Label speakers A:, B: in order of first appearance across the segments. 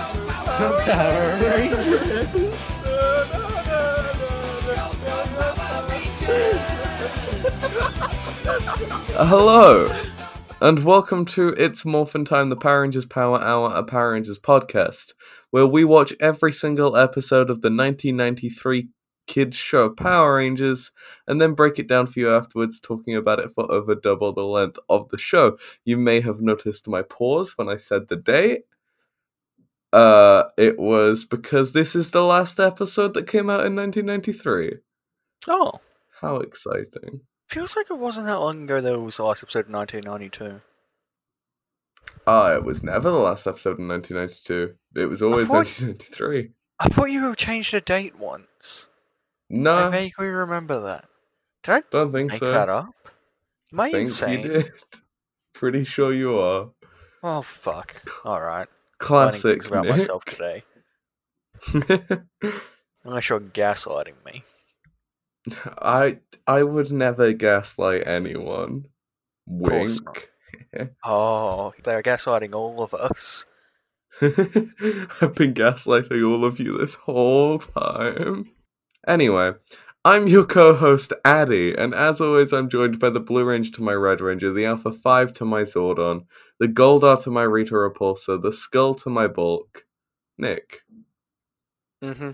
A: the Power Rangers.
B: Uh, Hello, and welcome to It's Morphin Time, the Power Rangers Power Hour, a Power Rangers podcast, where we watch every single episode of the 1993 kids show Power Rangers, and then break it down for you afterwards, talking about it for over double the length of the show. You may have noticed my pause when I said the date. Uh, it was because this is the last episode that came out in 1993.
A: Oh,
B: How exciting!
A: feels like it wasn't that long ago that it was the last episode of 1992.
B: Ah, it was never the last episode in 1992. It was always
A: thought-
B: 1993.
A: I thought you changed the date once. I
B: No,
A: vaguely remember that. Did I
B: don't Uh, think
A: make
B: so.
A: that up? Am I
B: think
A: insane?
B: you did. Pretty sure you are.
A: Oh fuck! All right. Learning
B: Classic
A: things about
B: Nick.
A: myself today. Unless you're gaslighting me.
B: I I would never gaslight anyone.
A: course
B: Wink.
A: Oh, they're gaslighting all of us.
B: I've been gaslighting all of you this whole time. Anyway, I'm your co host, Addy, and as always, I'm joined by the Blue Ranger to my Red Ranger, the Alpha 5 to my Zordon, the Goldar to my Rita Repulsa, the Skull to my Bulk. Nick.
A: Mm-hmm.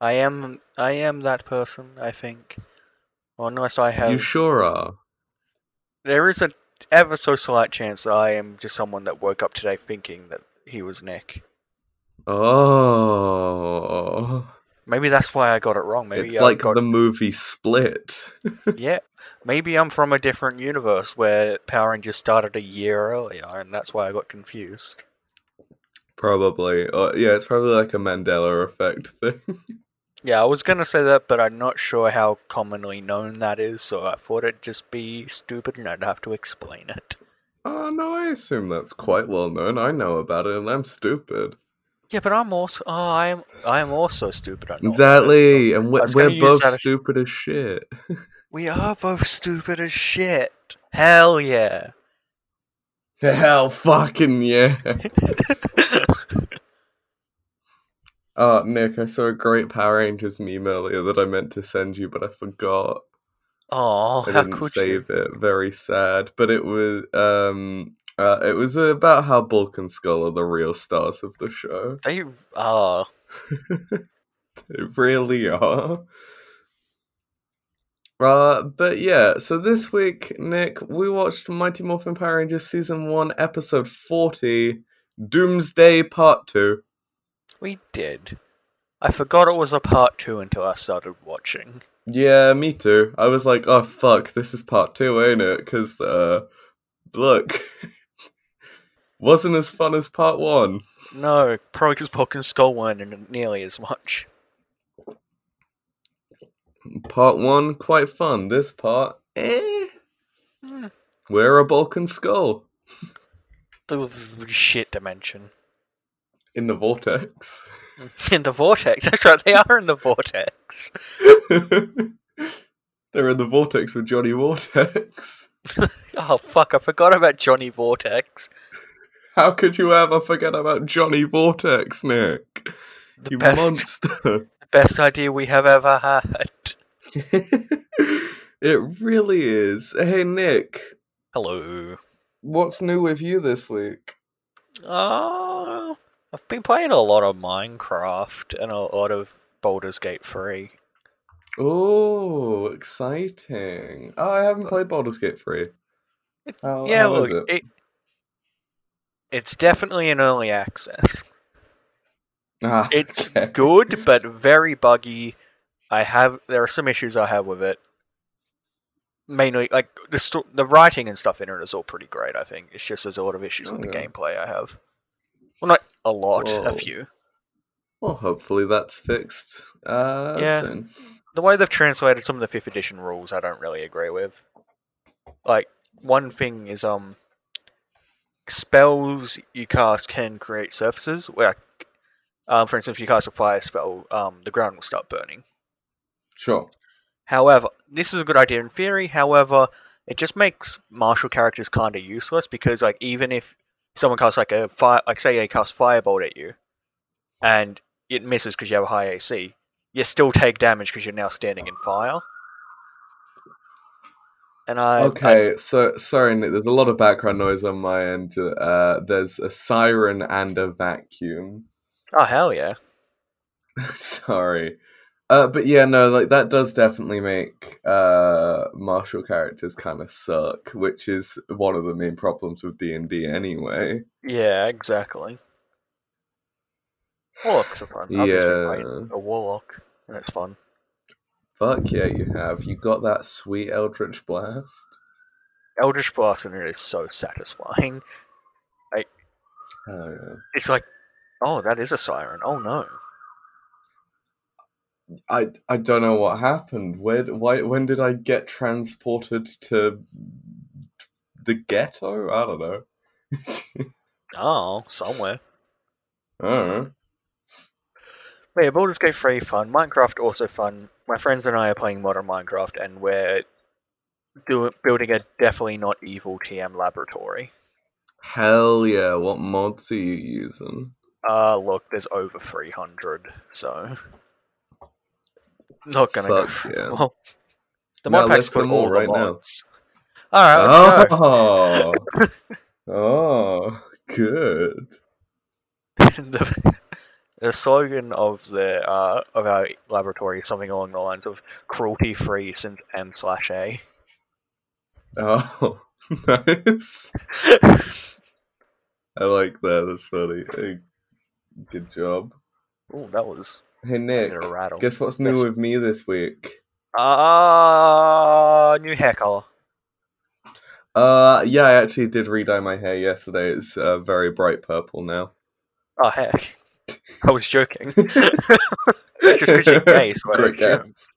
A: I am. I am that person. I think. Well, unless I have,
B: You sure are.
A: there is a ever so slight chance that I am just someone that woke up today thinking that he was Nick.
B: Oh.
A: Maybe that's why I got it wrong. Maybe uh,
B: it's
A: I
B: like
A: got,
B: the movie Split.
A: yeah. Maybe I'm from a different universe where Power Rangers started a year earlier, and that's why I got confused.
B: Probably. Or, yeah, it's probably like a Mandela effect thing.
A: Yeah, I was gonna say that, but I'm not sure how commonly known that is, so I thought it'd just be stupid and I'd have to explain it.
B: Oh, no, I assume that's quite well known. I know about it and I'm stupid.
A: Yeah, but I'm also oh, I am I am also stupid. I know.
B: Exactly. And we're,
A: was gonna
B: we're
A: use
B: both
A: that as-
B: stupid as shit.
A: We are both stupid as shit. Hell yeah.
B: Hell fucking yeah. Oh, Nick, I saw a great Power Rangers meme earlier that I meant to send you, but I forgot.
A: oh,
B: I
A: how
B: didn't
A: could you?
B: save it. Very sad. But it was um uh, it was about how Bulk and Skull are the real stars of the show.
A: They oh
B: They really are. Uh, but yeah, so this week, Nick, we watched Mighty Morphin Power Rangers Season 1, Episode 40, Doomsday Part 2.
A: we did. I forgot it was a part two until I started watching.
B: Yeah, me too. I was like, oh fuck, this is Part 2, ain't it? Because, uh, look, wasn't as fun as Part 1.
A: No, Progus Book and Skull weren't in it nearly as much.
B: Part 1, quite fun. This part, eh?
A: Hmm.
B: We're a Balkan Skull
A: The shit dimension.
B: in the vortex.
A: In the vortex. That's right, they are in the vortex.
B: They're in the vortex with Johnny Vortex.
A: Oh fuck, I forgot about Johnny Vortex.
B: How could you ever forget about Johnny Vortex, Nick?
A: The
B: you
A: best
B: monster.
A: the best idea we have ever had.
B: it really is. Hey, Nick,
A: Hello.
B: what's new with you this week?
A: Oh, I've been playing a lot of Minecraft and a lot of Baldur's Gate 3.
B: Oh, exciting. Oh, I haven't played Baldur's Gate 3.
A: It's-
B: How,
A: yeah,
B: how is
A: look,
B: it?
A: it? it's definitely an early access.
B: Ah,
A: It's
B: okay.
A: good, but very buggy. I have there are some issues I have with it. Mainly, like the sto- the writing and stuff in it is all pretty great. I think it's just there's a lot of issues with the
B: Okay.
A: gameplay I have. Well, not a lot,
B: Whoa.
A: a few.
B: Well, hopefully that's fixed uh,
A: Yeah.
B: soon.
A: the way they've translated some of the fifth edition rules, I don't really agree with. Like one thing is um, spells you cast can create surfaces. Where, like, um, for instance, if you cast a fire spell, um, the ground will start burning.
B: Sure.
A: However, this is a good idea in theory. However, it just makes martial characters kind of useless because, like, even if someone casts like a fire, like say they cast firebolt at you, and it misses because you have a high AC, you still take damage because you're now standing in fire. And I I-
B: okay, so sorry, Nick, there's a lot of background noise on my end. Uh, there's a siren and a vacuum.
A: oh hell yeah,
B: sorry. Uh, but yeah, no, like that does definitely make uh, martial characters kind of suck, which is one of the main problems with D and D anyway.
A: yeah exactly. Warlocks are fun. I've just been playing a warlock, and it's fun.
B: Fuck yeah, you have. You got that sweet Eldritch Blast.
A: Eldritch Blast in it is so satisfying.
B: Hell yeah.
A: It's like, oh, that is a siren. Oh no.
B: I I don't know what happened. Where d- why when did I get transported to the ghetto? I don't know.
A: Oh, somewhere.
B: I don't know.
A: But yeah, Baldur's Gate 3 fun. Minecraft also fun. My friends and I are playing modern Minecraft, and we're doing building a definitely not evil TM laboratory.
B: Hell yeah! What mods are you using?
A: Uh, look, there's over 300, so not gonna go.
B: Fuck
A: f-
B: yeah.
A: Well, the
B: Now
A: mod pack's
B: list
A: got
B: them
A: all
B: all
A: the
B: right now.
A: mods. All right, let's go.
B: oh, oh, good.
A: the, the slogan of the uh, of our laboratory is something along the lines of cruelty free since M slash A.
B: Oh, nice. I like that. That's funny. Hey, Good job.
A: Ooh, that was
B: Hey
A: a
B: Nick,
A: bit of a rattle.
B: guess what's new
A: Yes.
B: with me this week?
A: Ah, new hair color.
B: Uh, yeah, I actually did redye my hair yesterday. It's uh, very bright purple now.
A: Oh heck, I was joking. Just 'cause you're gay, so I
B: Great
A: assume.
B: guess.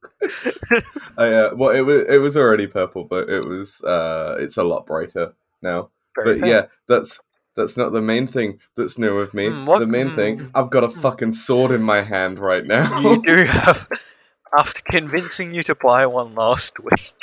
B: I, uh, well, it was it was already purple, but it was uh, it's a lot brighter now.
A: Very
B: but
A: fair.
B: yeah, that's that's not the main thing that's new with me.
A: Hmm, what-
B: The main
A: hmm.
B: thing, I've got a fucking sword in my hand right now.
A: you do have after convincing you to buy one last week.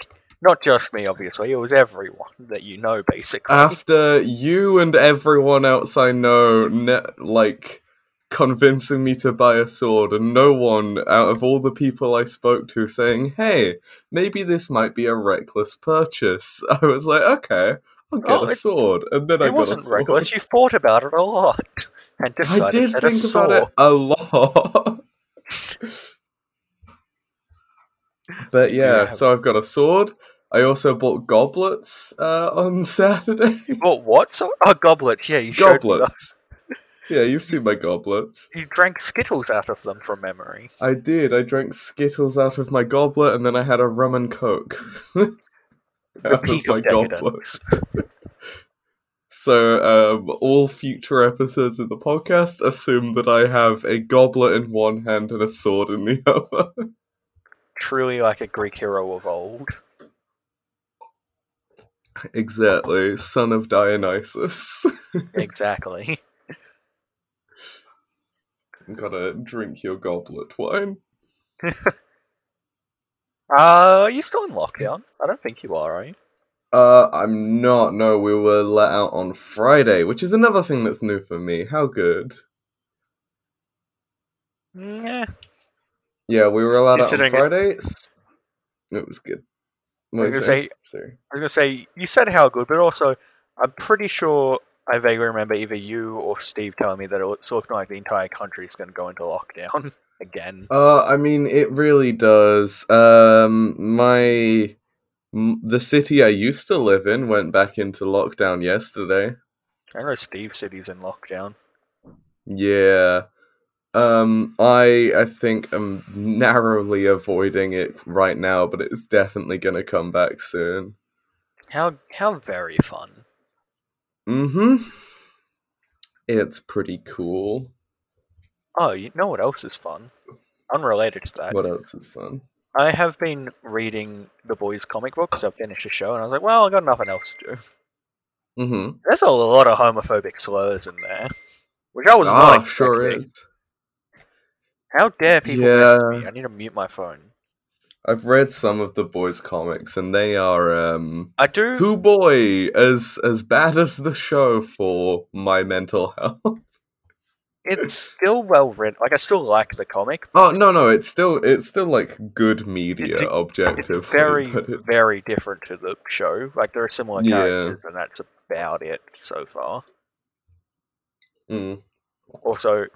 A: Not just me, obviously. It was everyone that you know, basically.
B: after you and everyone else I know, ne- like, convincing me to buy a sword, and no one out of all the people I spoke to saying, hey, maybe this might be a reckless purchase, I was like, okay, I'll get
A: Oh,
B: a
A: it-
B: sword. And then I
A: it
B: got
A: wasn't
B: a sword.
A: reckless. You thought about it a lot and decided
B: I did
A: that
B: think
A: a
B: about
A: sword
B: it a lot. but
A: You
B: yeah,
A: have-
B: so I've got a sword. I also bought goblets uh, on Saturday.
A: Well, what? So, oh, goblets. Yeah, you showed me that.
B: goblets. Yeah, you've seen my goblets.
A: You drank Skittles out of them from memory.
B: I did. I drank Skittles out of my goblet, and then I had a rum and coke
A: The
B: out
A: peak
B: of my
A: of
B: goblet.
A: decadence.
B: So, um, all future episodes of the podcast assume that I have a goblet in one hand and a sword in the other.
A: Truly like a Greek hero of old.
B: exactly, son of Dionysus.
A: Exactly.
B: Gotta drink your goblet wine.
A: Uh, you're still in lockdown. I don't think you are, are you?
B: Uh, I'm not. No, we were let out on Friday, which is another thing that's new for me. How good.
A: Yeah.
B: Yeah, we were allowed out on
A: Considering it-
B: Friday. s- It was good.
A: I
B: What
A: was
B: you
A: gonna
B: say?
A: say,
B: Sorry.
A: I was gonna say, you said how good, but also, I'm pretty sure I vaguely remember either you or Steve telling me that it's looking like the entire country is going to go into lockdown again.
B: Uh, I mean, it really does. Um, my m- the city I used to live in went back into lockdown yesterday.
A: I know Steve said he's in lockdown.
B: Yeah. Um, I I think I'm narrowly avoiding it right now, but it's definitely gonna come back soon.
A: How how very fun.
B: Mm-hmm. It's pretty cool.
A: Oh, you know what else is fun? Unrelated to that,
B: What else is fun?
A: I have been reading the boys' comic book because I finished the show, and I was like, well, I got nothing else to do.
B: Mm-hmm.
A: There's a lot of homophobic slurs in there, which I was
B: Ah,
A: not
B: sure
A: expecting.
B: is.
A: How dare people message
B: Yeah.
A: me? I need to mute my phone.
B: I've read some of the boys' comics, and they are um,
A: I do.
B: who boy as as bad as the show for my mental health.
A: it's still well written. Like I still like the comic.
B: Oh no, no, it's still it's still like good media
A: It's- it's
B: objectively.
A: It's very,
B: but it-
A: very different to the show. Like there are similar
B: Yeah.
A: characters, and that's about it so far.
B: mm.
A: Also,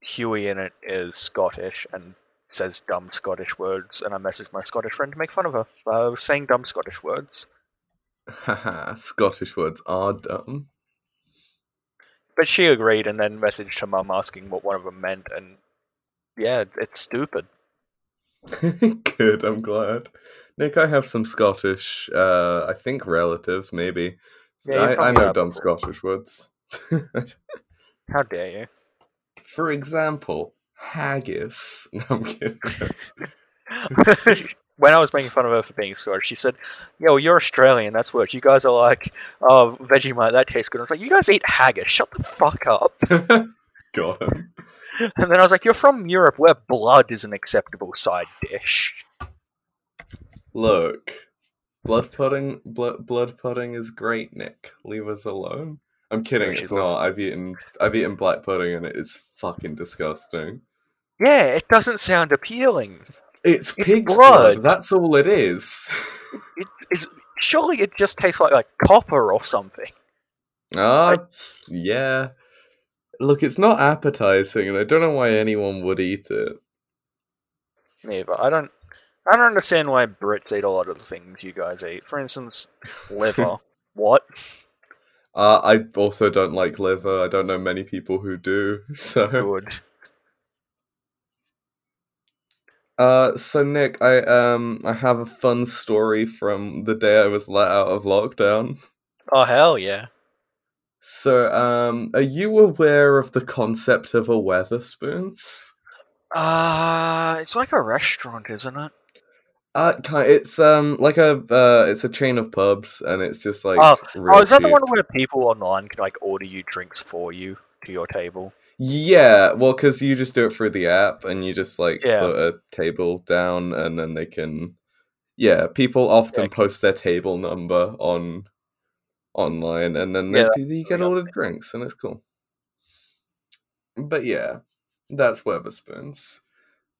A: Huey in it is Scottish and says dumb Scottish words, and I messaged my Scottish friend to make fun of her for saying dumb Scottish words.
B: Haha, Scottish words are dumb.
A: But she agreed, and then messaged her mum asking what one of them meant, and yeah, it's stupid.
B: Good, I'm glad. Nick, I have some Scottish, uh, I think relatives, maybe.
A: Yeah, you
B: I, I
A: probably
B: know
A: have.
B: dumb Scottish words.
A: How dare you?
B: For example, haggis. No, I'm kidding.
A: when I was making fun of her for being Scottish, she said, "Yeah, well, you're Australian. That's worse. You guys are like, oh, Vegemite. That tastes good." I was like, "You guys eat haggis. Shut the fuck up."
B: Got him.
A: And then I was like, "You're from Europe, where blood is an acceptable side dish."
B: Look, blood pudding, blood, blood pudding is great, Nick. Leave us alone. I'm kidding.
A: No,
B: It's
A: she's
B: not. I've eaten, I've eaten black pudding, and it is fucking disgusting.
A: Yeah, it doesn't sound appealing.
B: It's
A: It's
B: pig's blood.
A: blood.
B: That's all it is.
A: It is surely it just tastes like like copper or something.
B: Ah, yeah. Look, it's not appetizing, and I don't know why anyone would eat it.
A: Yeah, but I don't. I don't understand why Brits eat a lot of the things you guys eat. For instance, liver. what?
B: Uh, I also don't like liver. I don't know many people who do. So,
A: Good.
B: uh, so Nick, I um, I have a fun story from the day I was let out of lockdown.
A: Oh hell yeah.
B: So, um, are you aware of the concept of a Weatherspoons?
A: Uh, it's like a restaurant, isn't it?
B: Uh, ki- it's um, like a uh, it's a chain of pubs, and it's just like real
A: oh, is that the
B: cheap.
A: one where people online can like order you drinks for you to your table?
B: Yeah, well, because you just do it through the app and you just like
A: Yeah.
B: put a table down and then they can. Yeah, people often
A: Yeah.
B: post their table number on online and then they,
A: Yeah,
B: you get
A: really
B: ordered drinks and it's cool. But yeah, that's Weatherspoons.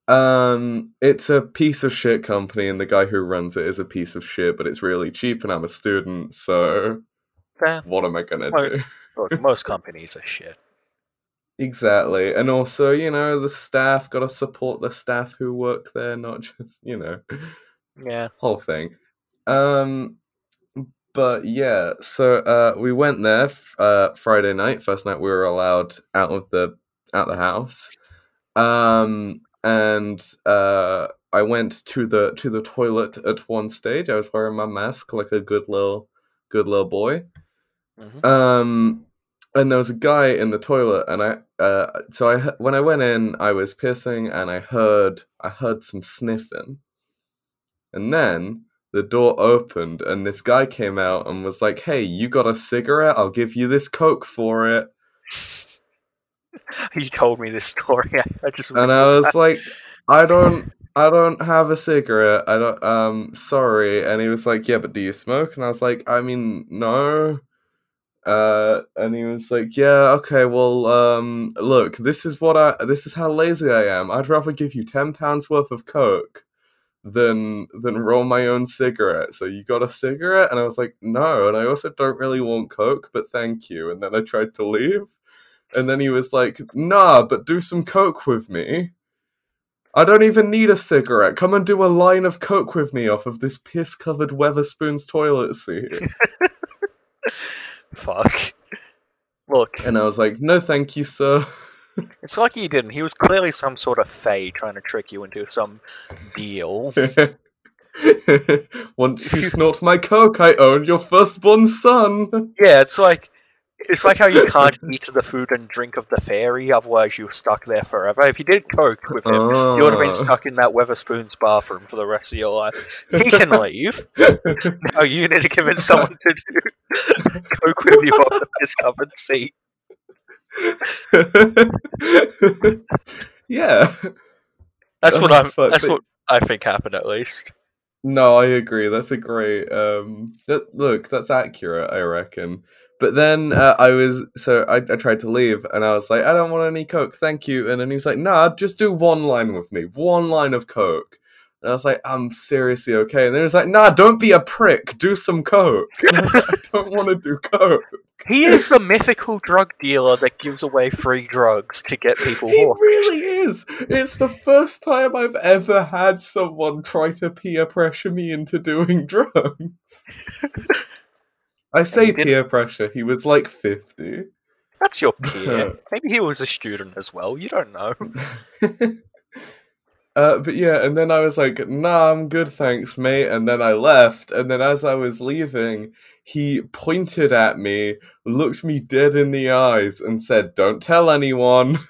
B: Um, it's a piece of shit company and the guy who runs it is a piece of shit, but it's really cheap and I'm a student, so
A: Fair.
B: what am I gonna
A: Well,
B: do?
A: Look, most companies are shit.
B: Exactly. And also, you know, the staff gotta support the staff who work there, not just, you know,
A: Yeah.
B: whole thing. Um but yeah, so uh we went there f- uh Friday night, first night we were allowed out of the out the house. Um and uh I went to the to the toilet at one stage. I was wearing my mask like a good little good little boy.
A: hmm
B: Um, and there was a guy in the toilet, and I, uh, so I he- when I went in, I was pissing, and I heard I heard some sniffing, and then the door opened, and this guy came out and was like, "Hey, you got a cigarette? I'll give you this coke for it."
A: You told me this story. I just
B: And I was like, "I don't." I don't have a cigarette. I don't. Um, sorry. And he was like, "Yeah, but do you smoke?" And I was like, "I mean, no." uh and he was like yeah okay well um look this is what i this is how lazy i am i'd rather give you 10 pounds worth of coke than than roll my own cigarette so you got a cigarette and i was like no and i also don't really want coke but thank you and then i tried to leave and then he was like nah but do some coke with me i don't even need a cigarette come and do a line of coke with me off of this piss covered weatherspoon's toilet seat
A: fuck. Look,
B: and i was like no thank you sir
A: it's like he didn't. He was clearly some sort of fey trying to trick you into some deal.
B: Once you snort my coke, I own your firstborn son.
A: Yeah, it's like it's like how you can't eat the food and drink of the fairy, otherwise you're stuck there forever. If you did coke with him, you would have been stuck in that Weatherspoon's bathroom for the rest of your life. He can leave. Now you need to convince someone to do coke with you off the discovered seat.
B: Ah. yeah.
A: That's what I'm.
B: Fuck,
A: that's
B: but-
A: what I think happened at least.
B: No, I agree. That's a great. Um, that, look, that's accurate. I reckon. But then uh, I was so I, I tried to leave and I was like, I don't want any coke, thank you. And then he was like, Nah, just do one line with me, one line of coke. And I was like, I'm seriously okay. And then he was like, Nah, don't be a prick, do some coke. And I was like, I don't want to do coke.
A: He is the mythical drug dealer that gives away free drugs to get people
B: He
A: hooked.
B: really is. It's the first time I've ever had someone try to peer pressure me into doing drugs. I say
A: you did-
B: peer pressure. He was like fifty.
A: That's your peer. Maybe he was a student as well. You don't know.
B: Uh, but yeah, and then I was like, "Nah, I'm good, thanks, mate." And then I left. And then as I was leaving, he pointed at me, looked me dead in the eyes, and said, "Don't tell anyone."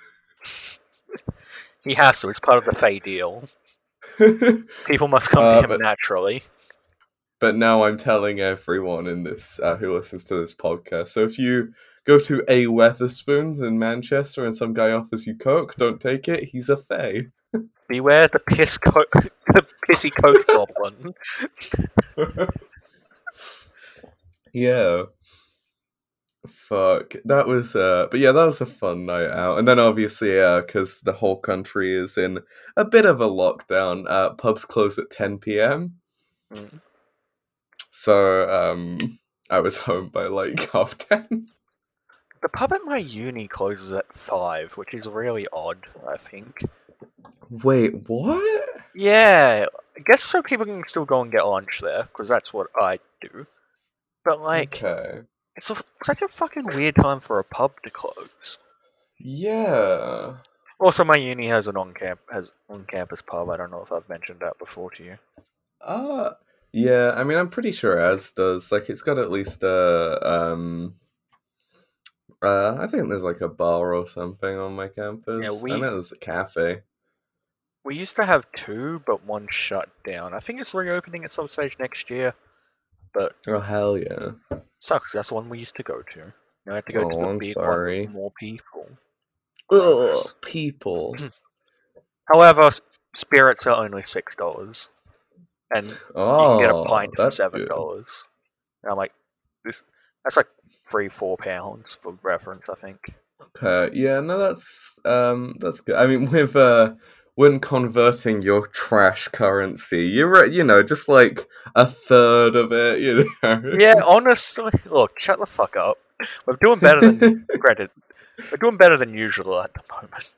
A: He has to. It's part of the Fey deal. People must come
B: Uh,
A: to him
B: but-
A: naturally.
B: but now I'm telling everyone in this uh, who listens to this podcast. So if you go to a Weatherspoons in Manchester and some guy offers you coke, don't take it. He's a fay.
A: Beware the piss co- the pissy coke goblin.
B: yeah. Fuck. That was uh but yeah, that was a fun night out. And then obviously uh cuz the whole country is in a bit of a lockdown, uh pubs close at 10 p.m.
A: Mm.
B: So um I was home by like half 10.
A: The pub at my uni closes at five, which is really odd. I think.
B: Wait, what?
A: Yeah, I guess so. People can still go and get lunch there because that's what I do.
B: Hmm.
A: But like,
B: okay.
A: it's a, such a fucking weird time for a pub to close.
B: Yeah.
A: Also, my uni has an on-camp has on-campus pub. I don't know if I've mentioned that before to you.
B: Uh yeah, I mean I'm pretty sure as does. Like it's got at least a um uh I think there's like a bar or something on my campus.
A: we-
B: I know there's a cafe.
A: We used to have two, but one shut down. I think it's reopening at some stage next year. But
B: Oh hell yeah.
A: sucks. That's the one we used to go to. Now I have to go to
B: Oh,
A: the
B: I'm
A: big one
B: sorry.
A: with more people.
B: Ugh, people.
A: However, s- spirits are only six dollars, and
B: Oh,
A: you can get a pint for
B: that's
A: seven
B: good.
A: dollars. And I'm like, this that's like three, four pounds for reference, I think.
B: Okay, yeah, no, that's um, that's good. I mean, with uh, when converting your trash currency, you're at, you know just like a third of it, you know.
A: Yeah, honestly, look, shut the fuck up. We're doing better than credit. We're doing better than usual at the moment.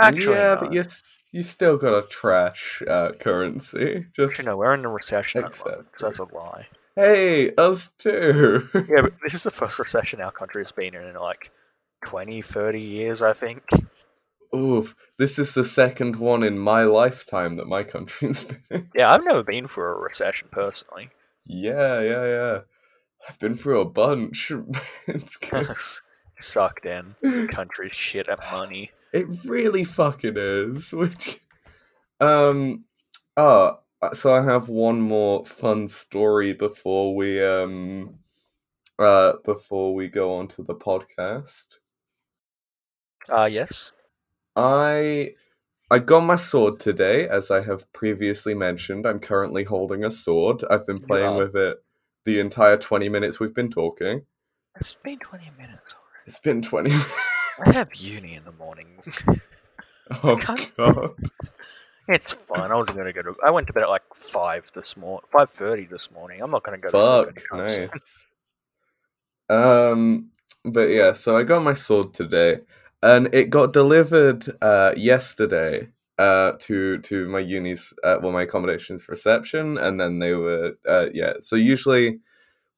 A: Actually,
B: yeah,
A: no.
B: but you s- you still got a trash uh, currency. Just
A: Actually, no, we're in a recession. at the
B: Except
A: moment, so that's a lie.
B: hey, us too.
A: Yeah, but this is the first recession our country has been in in like 20, 30 years, I think.
B: Oof, this is the second one in my lifetime that my country's been. in.
A: Yeah, I've never been for a recession personally.
B: yeah, yeah, yeah. I've been through a bunch. it's good.
A: Sucked in. Country's shit at money.
B: It really fucking is. Which, um, oh, so I have one more fun story before we um, uh, before we go on to the podcast.
A: Uh, yes.
B: I I got my sword today, as I have previously mentioned. I'm currently holding a sword. I've been playing
A: Yeah.
B: with it the entire twenty minutes we've been talking.
A: It's been 20 minutes already.
B: It's been twenty.
A: I have uni in the morning.
B: oh
A: Can't-
B: god.
A: It's fine. I wasn't gonna go to. I went to bed at like five this morning, five thirty this morning. I'm not gonna go to
B: Fuck,
A: sleep. anytime soon.
B: nice. Um, but yeah, so I got my sword today, and it got delivered uh yesterday uh to to my uni's uh, well my accommodations reception, and then they were uh yeah. So usually,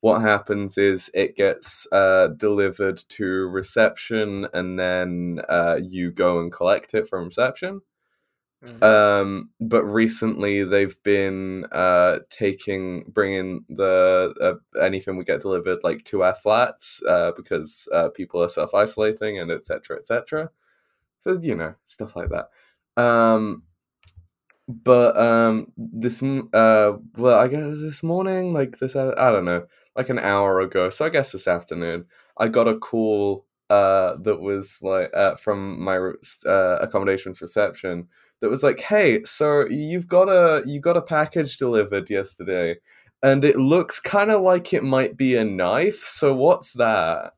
B: what happens is it gets uh delivered to reception, and then uh you go and collect it from reception.
A: Mhm.
B: Um, but recently they've been uh taking bringing the uh, anything we get delivered like to our flats uh because uh people are self isolating and etc etc. So you know stuff like that. Um, but um this m- uh well I guess this morning like this uh, I don't know like an hour ago so I guess this afternoon I got a call uh that was like uh, from my re- uh, accommodations reception that was like, "Hey, so you've got a you got a package delivered yesterday, and it looks kind of like it might be a knife. So what's that?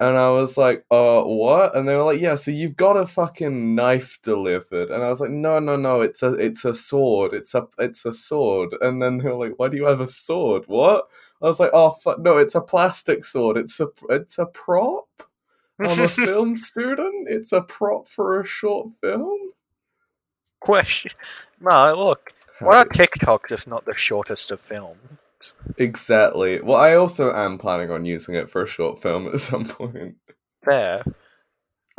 B: And I was like, uh, what? And they were like, yeah, so you've got a fucking knife delivered. And I was like, no, no, no, it's a, it's a sword. It's a, it's a sword. And then they were like, why do you have a sword? What? I was like, oh, fuck, no, it's a plastic sword. It's a, it's a prop. I'm a film student. It's a prop for a short film.
A: Question. No, look. Why are TikToks if not the shortest of films?
B: Exactly. Well, I also am planning on using it for a short film at some point
A: There.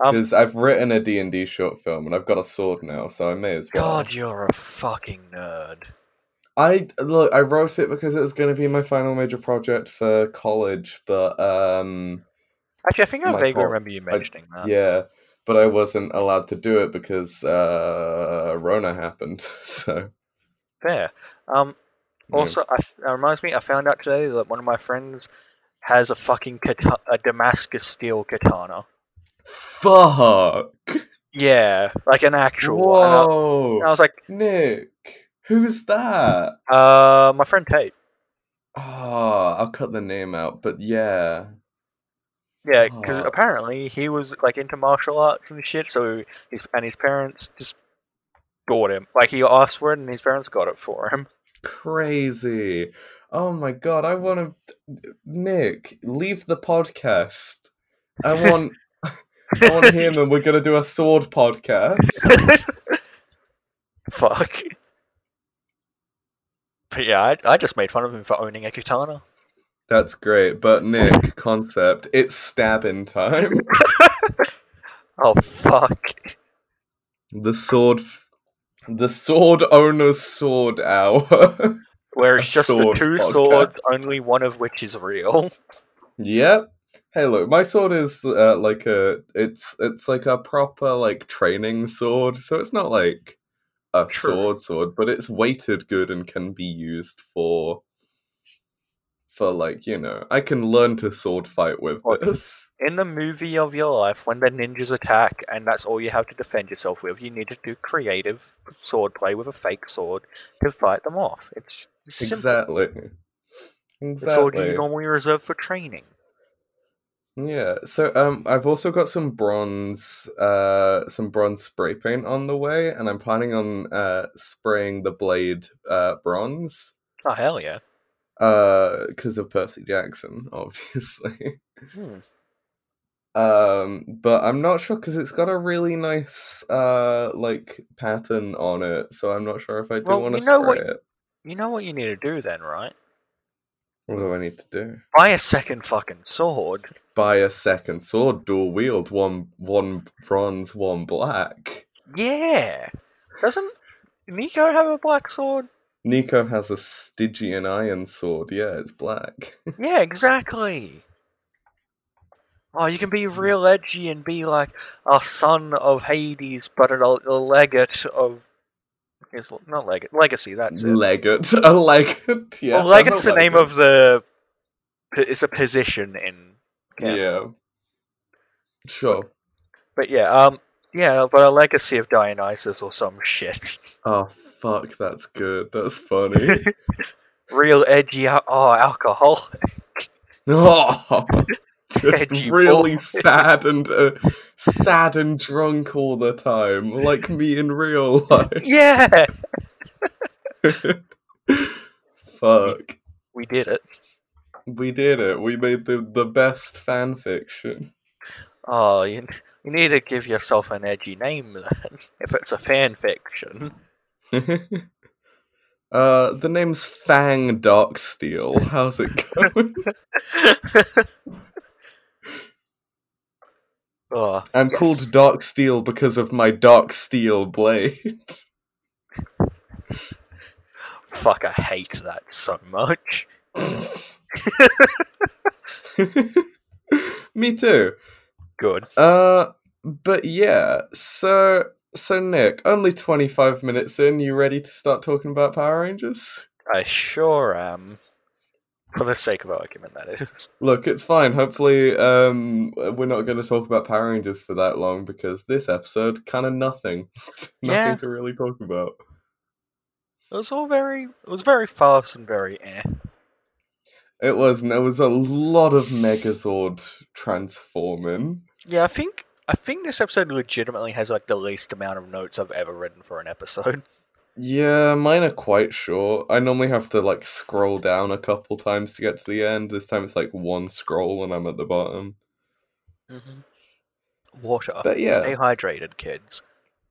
A: Um,
B: because I've written a D and D short film and I've got a sword now, so I may as well.
A: God, you're a fucking nerd.
B: I look. I wrote it because it was going to be my final major project for college, but um,
A: Actually, I think I
B: My
A: vaguely
B: fault.
A: remember you mentioning that.
B: yeah, but I wasn't allowed to do it because uh, Rona happened. So
A: Fair. Um,
B: yeah.
A: also, I f it reminds me, I found out today that one of my friends has a fucking kata- a Damascus steel katana.
B: fuck.
A: Yeah, like an actual one. And I-
B: Whoa,
A: and I, was like,
B: Nick, who's that?
A: uh, my friend Tate.
B: Ah, I'll cut the name out, but yeah.
A: Yeah, because
B: Fuck.
A: apparently he was like into martial arts and shit. So his and his parents just bought him. Like he asked for it, and his parents got it for him.
B: Crazy. Oh my god, I want to. Nick, leave the podcast. I want. I want him, and we're gonna do a sword podcast.
A: Fuck. But yeah, I, I just made fun of him for owning a katana.
B: That's great, but Nick, concept. It's stabbing time.
A: Oh fuck.
B: The sword. The sword owner's sword hour.
A: Where
B: A
A: it's just the
B: sword
A: two
B: podcast.
A: swords, only one of which is real.
B: Yep. Hey, look, my sword is uh, like a it's it's like a proper like training sword, so it's not like a
A: True.
B: sword sword, but it's weighted good and can be used for for like you know I can learn to sword fight with
A: Or-
B: this.
A: In the movie of your life, when the ninjas attack and that's all you have to defend yourself with, you need to do creative swordplay with a fake sword to fight them off. It's simple.
B: Exactly.
A: The sword
B: Exactly.
A: you normally reserve for training.
B: Yeah. So um I've also got some bronze uh some bronze spray paint on the way and I'm planning on uh spraying the blade uh bronze.
A: Oh hell yeah.
B: because Uh, of Percy Jackson, obviously.
A: Hmm.
B: Um, but I'm not sure because it's got a really nice uh like pattern on it, so I'm not sure if I do
A: Well,
B: want to
A: you know
B: spray
A: what-
B: it.
A: You know what you need to do then, right?
B: What do I need to do?
A: Buy a second fucking sword.
B: Buy a second sword, dual wield, one one bronze, one black.
A: Yeah. Doesn't Nico have a black sword?
B: Nico has a Stygian iron sword. Yeah, it's black.
A: Yeah, exactly. Oh, you can be real edgy and be like a son of Hades, but a, a legate of. Is not legate, legacy. That's it.
B: Legate, a legate. Yes,
A: well,
B: I'm a
A: legate's the name
B: legate.
A: of the. It's a position in.
B: yeah.
A: camp.
B: Sure.
A: But yeah, um, yeah, but a legacy of Dionysus or some shit.
B: Oh fuck, that's good. That's funny.
A: Real edgy. al- Oh, alcohol.
B: Oh, just
A: Edgy
B: really
A: boy.
B: sad and uh, sad and drunk all the time, like me in real life.
A: yeah,
B: Fuck,
A: we did it.
B: we did it. We made the the best fan fiction.
A: Oh, you, you need to give yourself an edgy name then, if it's a fan fiction.
B: uh, the name's Fang Darksteel. How's it going?
A: oh,
B: I'm
A: yes.
B: called Darksteel because of my Darksteel blade.
A: Fuck, I hate that so much.
B: me too.
A: Good.
B: Uh, but yeah, so so Nick, only twenty five minutes in, you ready to start talking about Power Rangers?
A: I sure am. For the sake of argument, that is.
B: Look, it's fine. Hopefully, um, we're not going to talk about Power Rangers for that long because this episode kind of nothing, nothing
A: Yeah.
B: to really talk about.
A: It was all very, it was very fast and very eh.
B: It was, and there was a lot of Megazord transforming.
A: Yeah, I think I think this episode legitimately has like the least amount of notes I've ever written for an episode.
B: Yeah, mine are quite short. I normally have to like scroll down a couple times to get to the end. This time it's like one scroll and I'm at the bottom.
A: Mm-hmm. Water.
B: But yeah.
A: Stay hydrated, kids.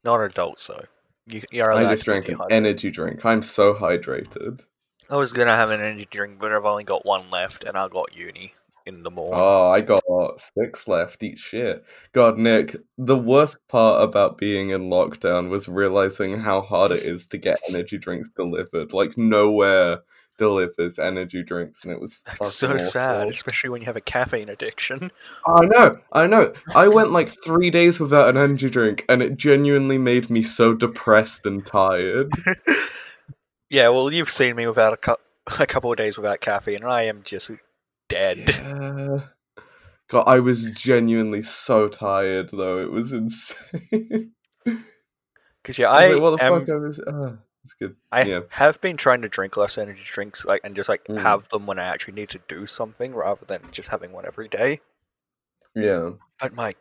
A: Not adults though. You, you're allowed
B: I just
A: to be
B: drank an
A: dehydrated.
B: energy drink. I'm so hydrated.
A: I was gonna have an energy drink, but I've only got one left, and I got uni in the morning.
B: Oh, I got six left. Eat shit. God, Nick, the worst part about being in lockdown was realizing how hard it is to get energy drinks delivered. Like, nowhere delivers energy drinks, and it was fucking
A: That's so sad,
B: awful.
A: especially when you have a caffeine addiction.
B: I know, I know. I went like three days without an energy drink, and it genuinely made me so depressed and tired.
A: Yeah, well, you've seen me without a, cu- a couple of days without caffeine, and I am just dead.
B: Yeah. God, I was genuinely so tired, though. It was insane.
A: Because yeah,
B: I
A: I
B: was like, what the
A: am-
B: fuck? I was. Uh, it's good.
A: I
B: Yeah.
A: have been trying to drink less energy drinks, like, and just like
B: Mm.
A: have them when I actually need to do something, rather than just having one every day.
B: Yeah.
A: But my,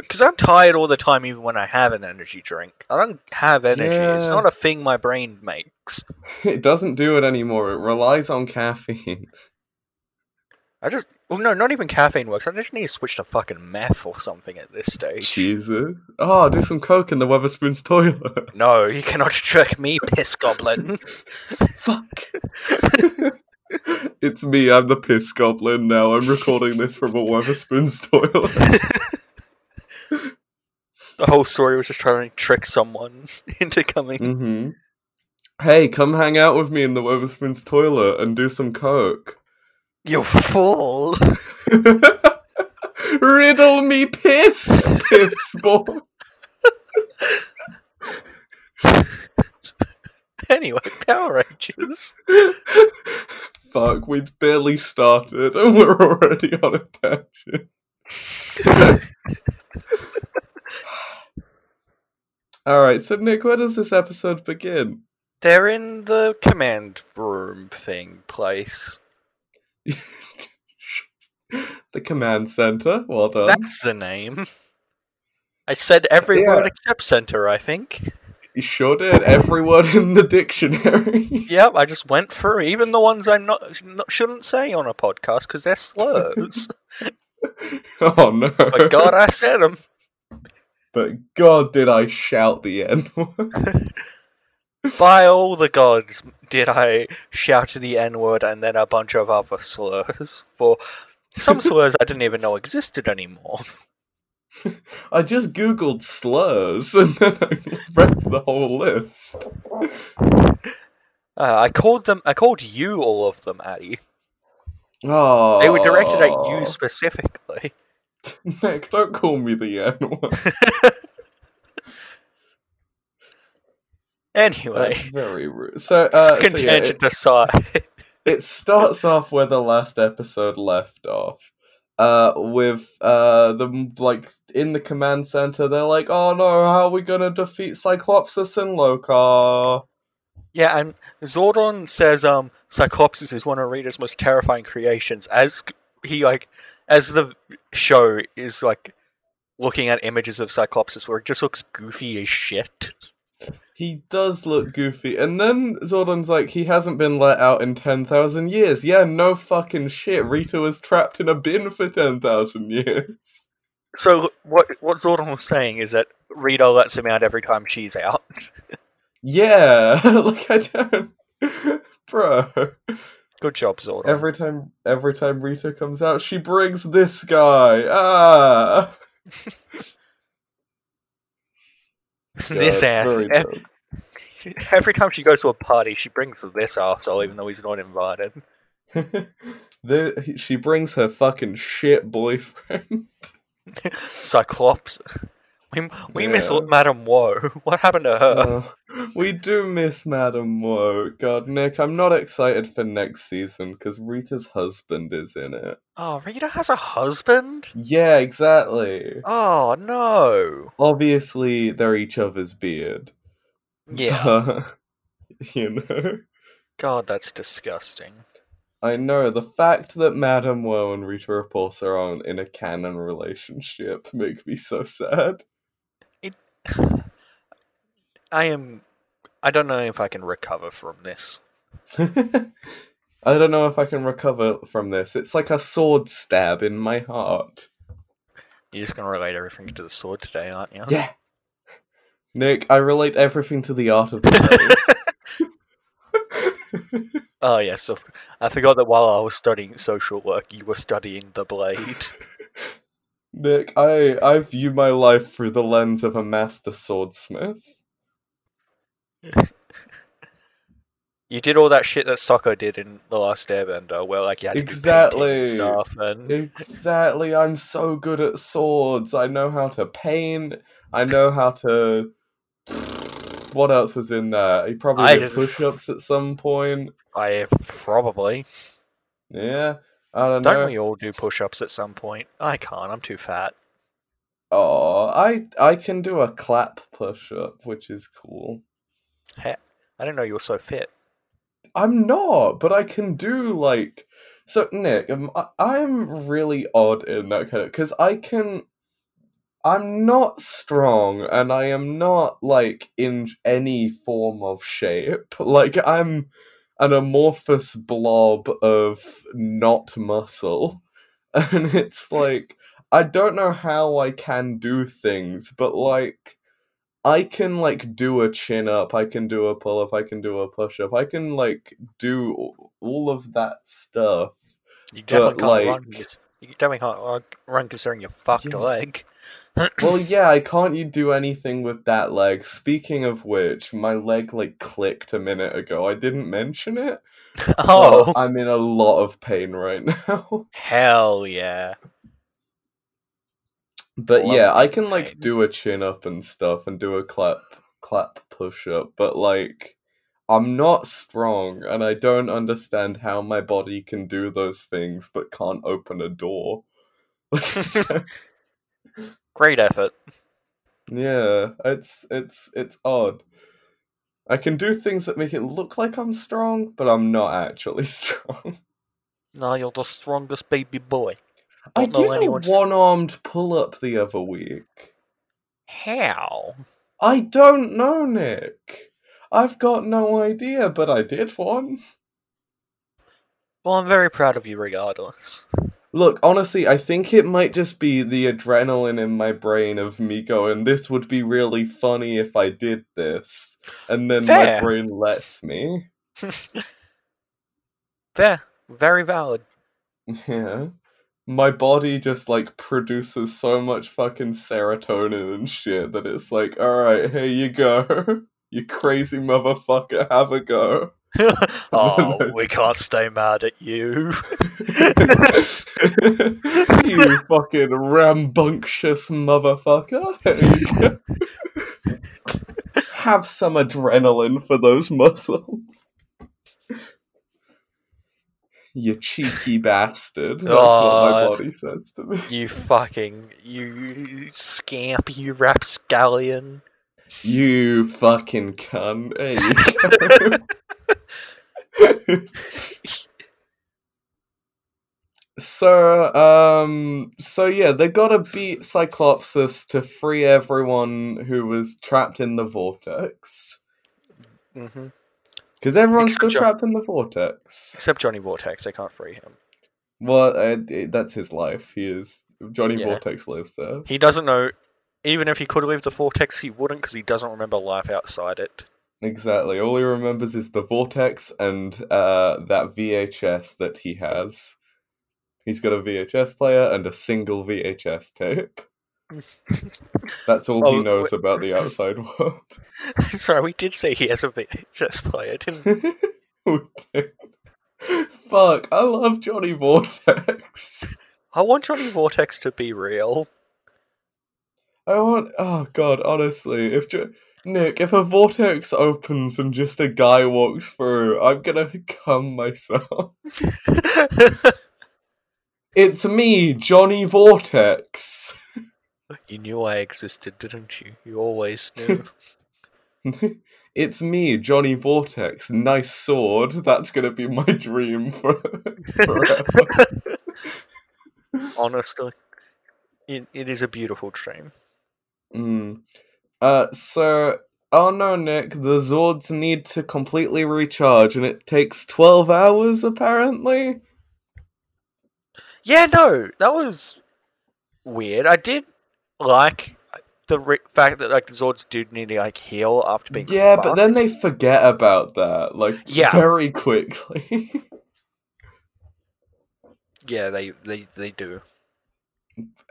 A: because I'm tired all the time, even when I have an energy drink. I don't have energy. It's
B: Yeah.
A: not a thing my brain makes.
B: It doesn't do it anymore. It relies on caffeine.
A: I just, well, no, not even caffeine works. I just need to switch to fucking meth or something at this stage.
B: Jesus. Oh, do some coke in the Weatherspoons toilet.
A: No, you cannot trick me, piss goblin.
B: Fuck. it's me. I'm the piss goblin now. I'm recording this from a Weatherspoons toilet.
A: the whole story was just trying to trick someone into coming.
B: hmm Hey, come hang out with me in the Weatherspoons toilet and do some coke.
A: You fool!
B: Riddle me piss, piss boy.
A: Anyway, Power Rangers.
B: Fuck, we'd barely started and we're already on a tangent. Alright, so Nick, where does this episode begin?
A: They're in the command room thing place.
B: the command center. Well done.
A: That's the name. I said every
B: Yeah.
A: word except center, I think.
B: you sure did. Every word in the dictionary.
A: Yep, I just went through even the ones I'm not, not shouldn't say on a podcast because they're slurs.
B: oh no.
A: but God, I said them.
B: But God, did I shout the N word.
A: By all the gods, did I shout the N word and then a bunch of other slurs. For some slurs I didn't even know existed anymore.
B: I just googled slurs and then I read the whole list.
A: Uh, I called them. I called you all of them, Addy.
B: Oh,
A: They were directed at you specifically.
B: Nick, don't call me the N word.
A: Anyway,
B: That's very rude. So, uh, so yeah, it,
A: contingent aside.
B: it starts off where the last episode left off. Uh, with uh, them like in the command center, they're like, "Oh no, how are we gonna defeat Cyclopsis and Lokar?"
A: Yeah, and Zordon says um Cyclopsis is one of Reader's most terrifying creations as he like as the show is like looking at images of Cyclopsis where it just looks goofy as shit.
B: He does look goofy. And then Zordon's like, he hasn't been let out in 10,000 years. Yeah, no fucking shit. Rita was trapped in a bin for 10,000 years.
A: So what what Zordon was saying is that Rita lets him out every time she's out.
B: Yeah, like I don't. Bro,
A: Good job, Zordon.
B: every time every time Rita comes out, she brings this guy. Ah,
A: this
B: God,
A: ass.
B: very
A: Ev-
B: dumb.
A: Every time she goes to a party, she brings this asshole, even though he's not invited.
B: There- he- she brings her fucking shit boyfriend.
A: Cyclops. We, we miss
B: Yeah.
A: Madame Woe. What happened to her?
B: Oh, we do miss Madam Woe. God, Nick, I'm not excited for next season because Rita's husband is in it.
A: Oh, Rita has a husband?
B: Yeah, exactly.
A: Oh, no.
B: Obviously, they're each other's beard.
A: Yeah.
B: but- you know?
A: God, that's disgusting.
B: I know the fact that Madame Woe and Rita Repulsa are on in a canon relationship make me so sad.
A: I am. I don't know if I can recover from this.
B: I don't know if I can recover from this. It's like a sword stab in my heart.
A: You're just gonna relate everything to the sword today, aren't you?
B: Yeah. Nick, I relate everything to the art of the blade.
A: Oh yes, of- I forgot that while I was studying social work, you were studying the blade.
B: Nick, I I view my life through the lens of a master swordsmith.
A: You did all that shit that Socko did in the last Airbender, where like you had to
B: Exactly.
A: do painting and stuff, and
B: Exactly, I'm so good at swords. I know how to paint. I know how to. What else was in there? He probably
A: I
B: did
A: just-
B: push-ups at some point.
A: I probably
B: Yeah, I don't know.
A: don't we all do push-ups at some point? I can't. I'm too fat.
B: Oh, I I can do a clap push-up, which is cool.
A: I didn't know you were so fit.
B: I'm not, but I can do like so. Nick, um, I, I'm really odd in that kind of because I can. I'm not strong, and I am not like in any form of shape. Like I'm an amorphous blob of not muscle, and it's like I don't know how I can do things, but like I can like do a chin up, I can do a pull up, I can do a push up, I can like do all- all of that stuff.
A: You definitely can't run.
B: like-
A: cons- You definitely can't run- run considering your fucked
B: Yeah.
A: leg.
B: Well, yeah, I can't you do anything with that leg. Speaking of which, my leg like clicked a minute ago. I didn't mention it.
A: Oh,
B: but I'm in a lot of pain right now.
A: hell yeah!
B: But
A: Well,
B: yeah,
A: I'm
B: I
A: in
B: can like
A: pain.
B: do a chin up and stuff and do a clap clap push up, but like I'm not strong and I don't understand how my body can do those things but can't open a door. Like, I don't-
A: Great effort.
B: yeah, it's it's it's odd. I can do things that make it look like I'm strong, but I'm not actually strong.
A: No, you're the strongest baby boy.
B: I
A: Don't know
B: did a
A: anyone's-
B: one-armed pull-up the other week.
A: How?
B: I don't know, Nick. I've got no idea, but I did one.
A: Well, I'm very proud of you, regardless.
B: Look, honestly, I think it might just be the adrenaline in my brain of me going, this would be really funny if I did this. And then my
A: Fair.
B: brain lets me.
A: Fair, very valid.
B: Yeah. My body just like produces so much fucking serotonin and shit that it's like, alright, here you go. You crazy motherfucker, have a go.
A: oh, we can't stay mad at you.
B: you fucking rambunctious motherfucker. There you go. Have some adrenaline for those muscles. You cheeky bastard. That's what my
A: Aw.
B: body says to me.
A: You fucking you scamp, you rapscallion.
B: You fucking cunt. There you go. so, um, so yeah, they gotta beat Cyclopsis to free everyone who was trapped in the vortex.
A: Mm-hmm.
B: Because everyone's still
A: Except Jo-
B: trapped in the vortex.
A: Except Johnny Vortex, they can't free him.
B: Well, uh, it- that's his life. He is. Johnny
A: Yeah.
B: Vortex lives there.
A: He doesn't know. Even if he could leave the vortex, he wouldn't because he doesn't remember life outside it.
B: Exactly. All he remembers is the vortex and uh, that VHS that he has. He's got a VHS player and a single VHS tape. That's all
A: Oh,
B: he knows about the outside world.
A: Sorry, we did say he has a VHS player, didn't we?
B: We did. Fuck, I love Johnny Vortex.
A: I want Johnny Vortex to be real.
B: I want. Oh god, honestly, if ju- Nick, if a vortex opens and just a guy walks through, I'm gonna come myself. It's me, Johnny Vortex.
A: you knew I existed, didn't you? You always knew.
B: it's me, Johnny Vortex. Nice sword. That's gonna be my dream for forever.
A: Honestly, it, it is a beautiful dream.
B: Mm. Uh, so, oh no, Nick, the Zords need to completely recharge, and it takes twelve hours apparently.
A: Yeah, no, that was weird. I did like the re- fact that like the Zords do need to like heal after being
B: Yeah, but
A: fucked.
B: then they forget about that like
A: Yeah.
B: very quickly.
A: yeah they they they do.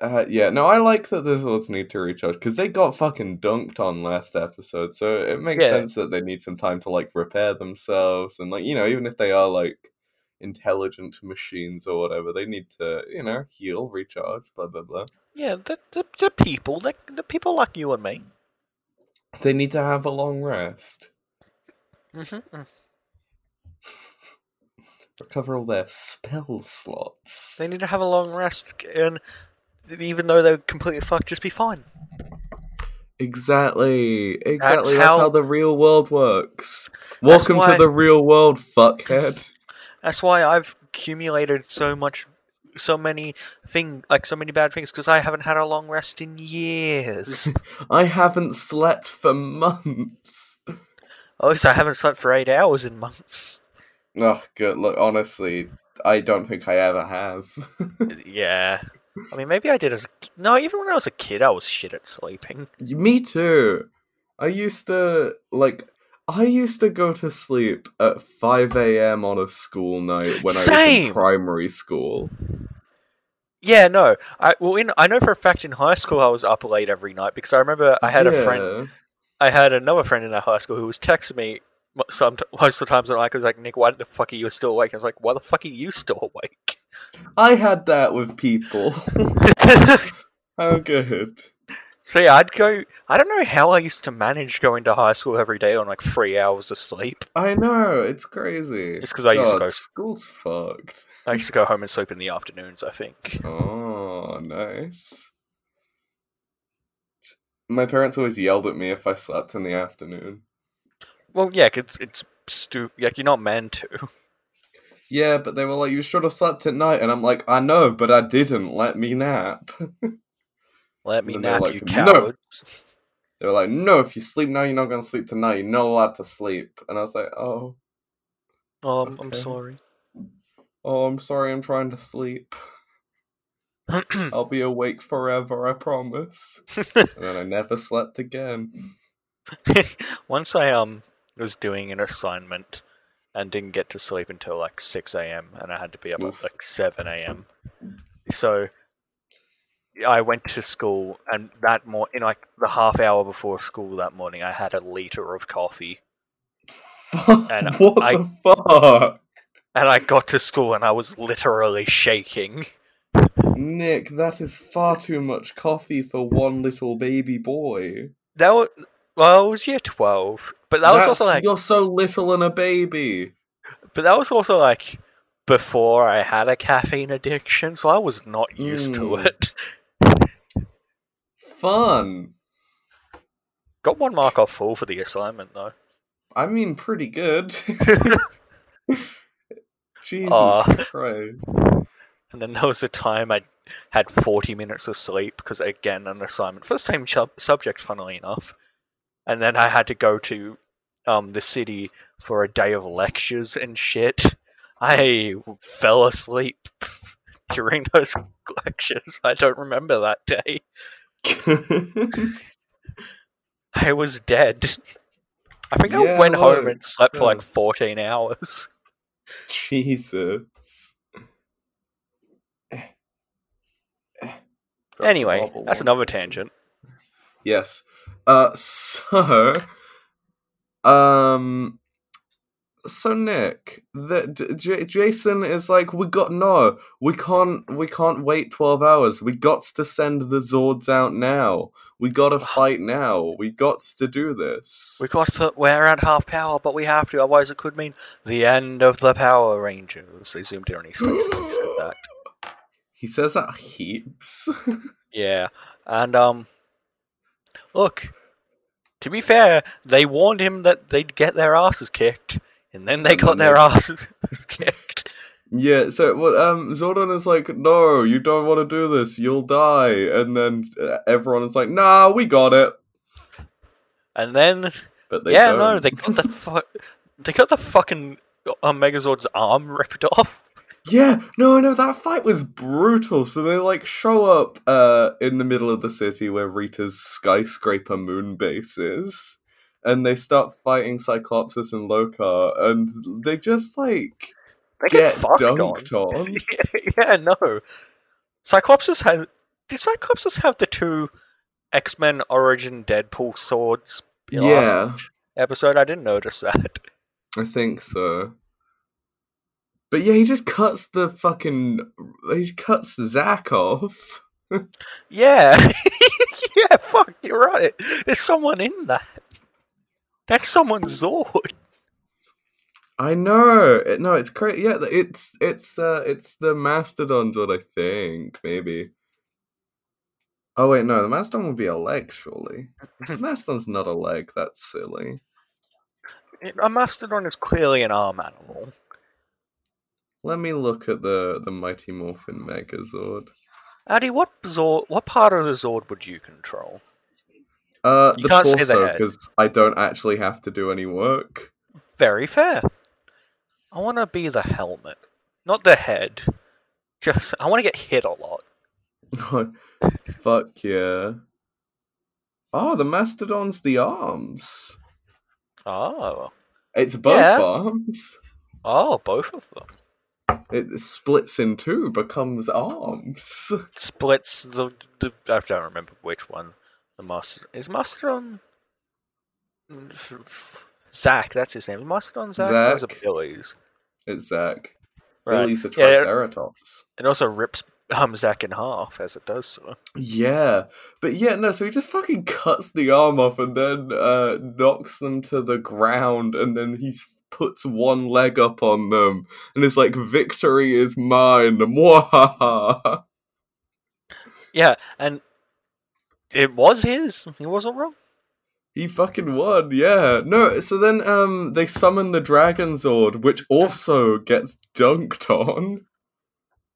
B: Uh, yeah, no, I like that the Zords need to recharge because they got fucking dunked on last episode, so it makes
A: Yeah.
B: sense that they need some time to like repair themselves and like you know even if they are like intelligent machines or whatever, they need to you know heal, recharge, blah blah blah.
A: Yeah, the the, the people like the people like you and me.
B: They need to have a long rest,
A: Mm-hmm.
B: recover all their spell slots.
A: They need to have a long rest, and even though they're completely fucked, just be fine.
B: Exactly. Exactly. That's how,
A: how-
B: the real world works.
A: That's
B: Welcome
A: why-
B: to the real world, fuckhead.
A: That's why I've accumulated so much, so many thing, like so many bad things, because I haven't had a long rest in years.
B: I haven't slept for months.
A: At least I haven't slept for eight hours in months.
B: Oh, good. Look, honestly, I don't think I ever have.
A: Yeah. I mean, maybe I did as a ki- no. Even when I was a kid, I was shit at sleeping.
B: Me too. I used to, like, I used to go to sleep at 5 a.m. on a school night when I was in
A: Same.
B: primary school.
A: Yeah, no. I well, in I know for a fact in high school I was up late every night because I remember I had a friend
B: Yeah.
A: I had another friend in that high school who was texting me mo- some most of the times, and I was like, "Nick, why the fuck are you still awake?" I was like, "Why the fuck are you still awake?"
B: I had that with people. How good.
A: so yeah, I'd go. I don't know how I used to manage going to high school every day on like three hours of sleep.
B: I know it's crazy.
A: It's 'cause I used to go-
B: School's fucked.
A: I used to go home and sleep in the afternoons. I think.
B: Oh, nice. My parents always yelled at me if I slept in the afternoon.
A: Well, yeah, 'cause it's it's stupid. Like you're not meant to.
B: Yeah, but they were like, "You should have slept at night," and I'm like, "I know, but I didn't. Let me nap."
A: Let me
B: And they're
A: nap,
B: like,
A: you
B: "No."
A: cowards.
B: They were like, "No, if you sleep now, you're not gonna sleep tonight. You're not allowed to sleep." And I was like, "Oh,
A: Um, I'm
B: Okay.
A: sorry.
B: oh, I'm sorry. I'm trying to sleep. I'll be awake forever. I promise." and then I never slept again.
A: Once I um was doing an assignment and didn't get to sleep until like six a.m. and I had to be up at
B: Oof.
A: like seven a.m. So I went to school and that mor in like the half hour before school that morning, I had a liter of coffee
B: Fuck,
A: And
B: what
A: I-
B: the fuck?
A: and I got to school and I was literally shaking.
B: Nick, that is far too much coffee for one little baby boy.
A: That was well, it was year twelve, but that was also
B: That's-
A: like,
B: You're so little and a baby.
A: but that was also like before I had a caffeine addiction, so I was not used to
B: Mm.
A: it.
B: Fun.
A: Got one mark off full for the assignment though.
B: I mean, pretty good. Jesus
A: Aw.
B: Christ.
A: And then there was a time I had 40 minutes of sleep because, again, an assignment for the same chub- subject, funnily enough. And then I had to go to um, the city for a day of lectures and shit. I fell asleep during those lectures. I don't remember that day. I was dead. I think I
B: Yeah,
A: went home
B: look,
A: and slept for like
B: yeah.
A: 14 hours.
B: Jesus.
A: Anyway,
B: Horrible
A: that's
B: one.
A: another tangent.
B: Yes. Uh so um so Nick, the, J- J- Jason is like we got no, we can't we can't wait 12 hours. We got to send the zords out now. We got to fight now. We got to do this.
A: We got to, we're at half power, but we have to, otherwise it could mean the end of the Power Rangers. They zoomed in on his face as he said that.
B: He says that heaps.
A: Yeah. And, um, look, To be fair, they warned him that they'd get their asses kicked, and then they
B: And
A: got
B: then
A: their
B: they-
A: asses kicked.
B: Yeah, so what? Um, Zordon is like, no, you don't want to do this. You'll die. And then uh, everyone is like, nah, we got it.
A: And then,
B: But they
A: yeah,
B: don't.
A: no, they got the fu- they got the fucking uh, Megazord's arm ripped off.
B: Yeah, no, no, that fight was brutal. So they like show up uh in the middle of the city where Rita's skyscraper moon base is, and they start fighting Cyclopsis and Lokar, and they just like
A: They
B: get
A: get fucked
B: dunked
A: on.
B: on.
A: yeah, no. Cyclopsis has. Did Cyclopsis have the two X Men Origin Deadpool swords? in the last
B: Yeah,
A: Episode, I didn't notice that.
B: I think so. But yeah, he just cuts the fucking he cuts Zack off.
A: Yeah. yeah, fuck, you're right. There's someone in that. That's someone's Zord.
B: I know. It, no, it's crazy. Yeah, th- it's it's uh it's the Mastodon's what I think maybe. Oh wait, no, the Mastodon would be a leg, surely. The Mastodon's not a leg. That's silly.
A: A mastodon is clearly an arm animal.
B: Let me look at the the Mighty Morphin Megazord.
A: Addy, what Zord, what part of the Zord would you control?
B: Uh,
A: You
B: the
A: can't say the
B: torso
A: head.
B: because I don't actually have to do any work.
A: Very fair. I want to be the helmet, not the head. Just I want to get hit a lot.
B: Fuck yeah. Oh, the Mastodon's the arms.
A: Oh,
B: It's both
A: Yeah.
B: arms.
A: oh, both of them
B: It splits in two, becomes arms.
A: splits the, the I don't remember which one. The master is Mastodon. Zach, that's his name. Mastodon Zach. Those
B: Zack.
A: are Billy's.
B: It's Zach.
A: Right.
B: Billy's a
A: Yeah, yeah.
B: Triceratops.
A: It also rips um, Zach in half as it does so.
B: Yeah. But yeah, no, so he just fucking cuts the arm off and then uh, knocks them to the ground and then he s- puts one leg up on them and is like, victory is mine. Mwahaha.
A: Yeah, and it was his. He wasn't wrong.
B: He fucking won, yeah. No, so then um they summon the Dragon Zord, which also gets dunked on.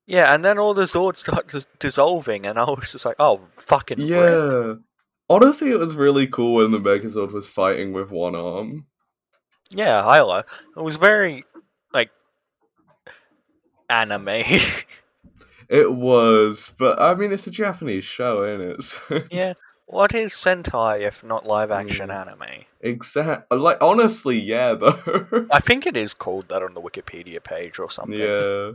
A: Yeah, and then all the Zords start dis- dissolving, and I was just like, "Oh, fucking rip.
B: Yeah. Honestly, it was really cool when the Megazord was fighting with one arm.
A: yeah, Hyla." It was very like anime.
B: It was, but I mean, it's a Japanese show, isn't it? So,
A: yeah, what is Sentai if not live action
B: Mm.
A: anime?
B: exact. Like, honestly, yeah, though.
A: I think it is called that on the Wikipedia page or something.
B: yeah.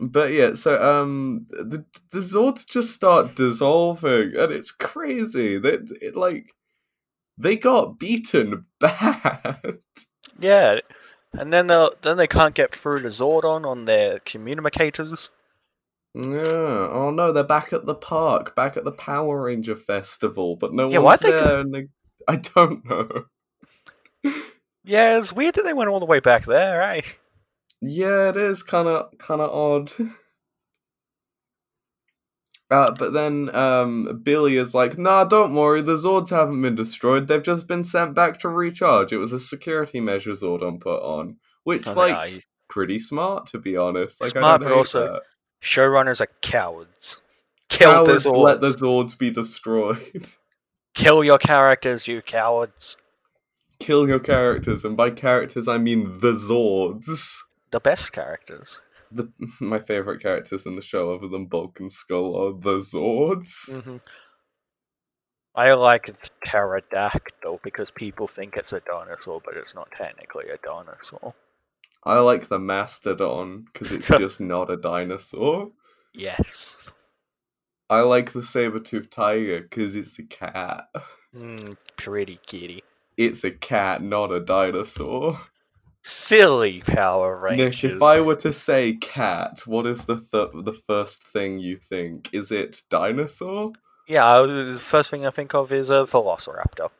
B: But yeah, so um, the the Zords just start dissolving, and it's crazy. That it, like they got beaten bad.
A: yeah, and then they then they can't get through to Zordon on their communicators.
B: Yeah. Oh no, they're back at the park, back at the Power Ranger Festival, but no
A: Yeah, why'd
B: one's
A: they go-
B: there. And they... I don't know.
A: Yeah, it's weird that they went all the way back there, eh?
B: Yeah, it is kind of kind of odd. Uh, but then um, Billy is like, "Nah, don't worry. The Zords haven't been destroyed. They've just been sent back to recharge. It was a security measure Zordon put on, which
A: I don't
B: like
A: know,
B: pretty smart to be honest. Like, I
A: Smart,
B: don't
A: but
B: hate
A: also
B: that.
A: showrunners are cowards. Kill
B: Cowards
A: the Zords.
B: let the Zords be destroyed."
A: Kill your characters, you cowards.
B: kill your characters, and by characters I mean the Zords.
A: The best characters.
B: The, my favorite characters in the show, other than Bulk and Skull, are the Zords.
A: Mm. I like it's pterodactyl because people think it's a dinosaur, but it's not technically a dinosaur.
B: I like the Mastodon because it's just not a dinosaur.
A: Yes.
B: I like the saber-toothed tiger because it's a cat. Hmm.
A: Mm, pretty kitty.
B: It's a cat, not a dinosaur.
A: Silly Power Rangers.
B: Nick, if I were to say cat, what is the th- the first thing you think? Is it dinosaur?
A: Yeah, I was- the first thing I think of is a velociraptor.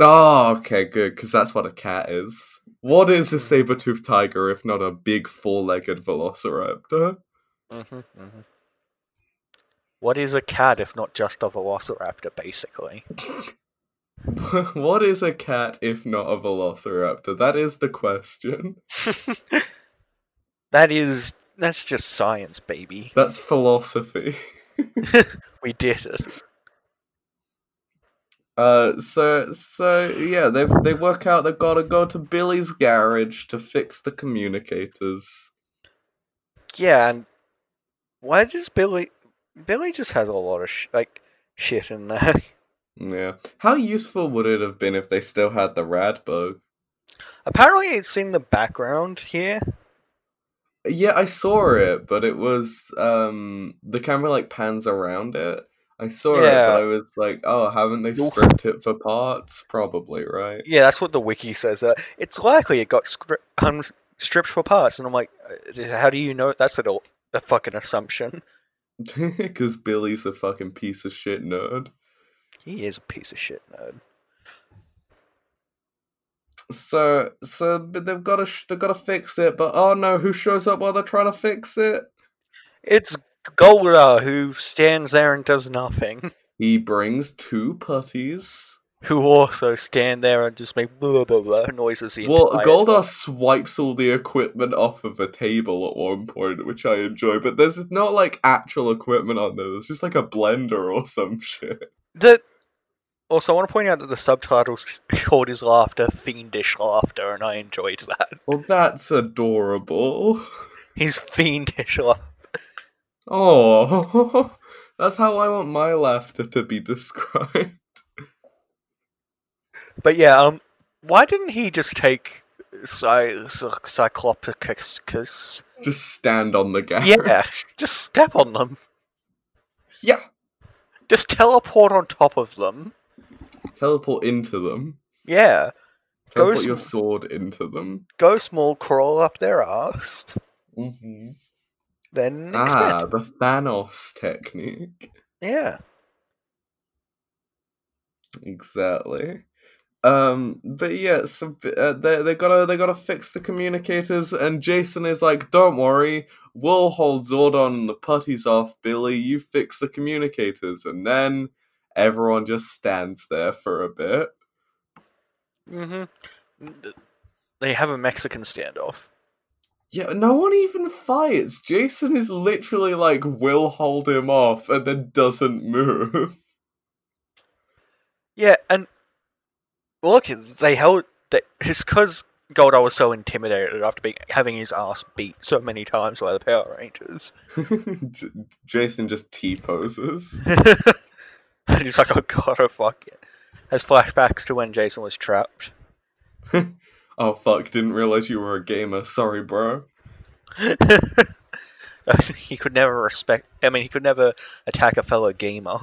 B: Oh, okay, good, because that's what a cat is. What is a saber toothed tiger if not a big four legged velociraptor? Mm-hmm,
A: Mhm, mhm. What is a cat if not just a velociraptor, basically?
B: what is a cat if not a velociraptor? That is the question.
A: That is that's just science, baby.
B: That's philosophy.
A: We did it.
B: Uh, so so yeah, they they work out they've got to go to Billy's garage to fix the communicators.
A: Yeah, and why does Billy Billy just has a lot of sh- like shit in there?
B: Yeah, how useful would it have been if they still had the rad bug?
A: Apparently, it's in the background here.
B: Yeah, I saw it, but it was um the camera like pans around it. I saw it,
A: Yeah.
B: but I was like, oh, haven't they
A: You'll-
B: stripped it for parts? Probably, right?
A: Yeah, that's what the wiki says. Uh, it's likely it got scri- um, stripped for parts, and I'm like, uh, how do you know? That's a, a fucking assumption.
B: Because Billy's a fucking piece of shit nerd.
A: He is a piece of shit nerd.
B: So, so but they've got to sh- they've got to fix it. But oh no, who shows up while they're trying to fix it?
A: It's Golda who stands there and does nothing.
B: He brings two putties.
A: Who also stand there and just make blah blah blah noises. The
B: Well,
A: entire
B: Goldar swipes all the equipment off of a table at one point, which I enjoy. But there's not like actual equipment on there. There's just like a blender or some shit.
A: The also, I want to point out that the subtitles called his laughter fiendish laughter, and I enjoyed that.
B: Well, that's adorable.
A: His fiendish laugh.
B: Oh, that's how I want my laughter to be described.
A: But yeah, um, why didn't he just take Cy- Cy- Cyclopicus?
B: Just stand on the gas.
A: Yeah, just step on them.
B: Yeah.
A: Just teleport on top of them.
B: Teleport into them.
A: Yeah, Go
B: Teleport
A: sm-
B: your sword into them.
A: go small, crawl up their ass,
B: Mm-hmm.
A: then expand.
B: Ah, the Thanos technique.
A: Yeah,
B: Exactly. Um, but yeah, so uh, they they gotta they gotta fix the communicators, and Jason is like, "Don't worry, we'll hold Zordon and the putties off, Billy. You fix the communicators," and then everyone just stands there for a bit.
A: mm-hmm. They have a Mexican standoff.
B: Yeah, no one even fights. Jason is literally like, "We'll hold him off," and then doesn't move.
A: Yeah, and look, they held that it's because Goldar was so intimidated after being, having his ass beat so many times by the Power Rangers.
B: J- Jason just t poses.
A: and he's like, "Oh God, oh fuck it." Has flashbacks to when Jason was trapped.
B: Oh fuck! Didn't realize you were a gamer. Sorry, bro.
A: he could never respect. I mean, he could never attack a fellow gamer.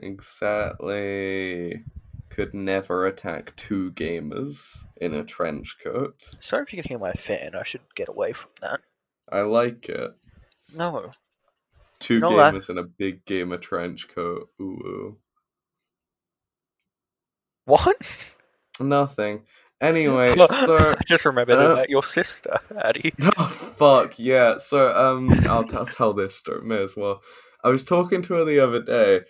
B: Exactly. Could never attack two gamers in a trench coat.
A: Sorry if you can hear my fan. I should get away from that.
B: I like it.
A: No.
B: Two
A: No, I-
B: gamers in a big gamer trench coat. Ooh.
A: What?
B: ooh. Nothing. Anyway,
A: Look,
B: so
A: I just remembered
B: uh,
A: about your sister, Addie.
B: Oh, fuck yeah. So um, I'll, I'll tell this story. May as well. I was talking to her the other day,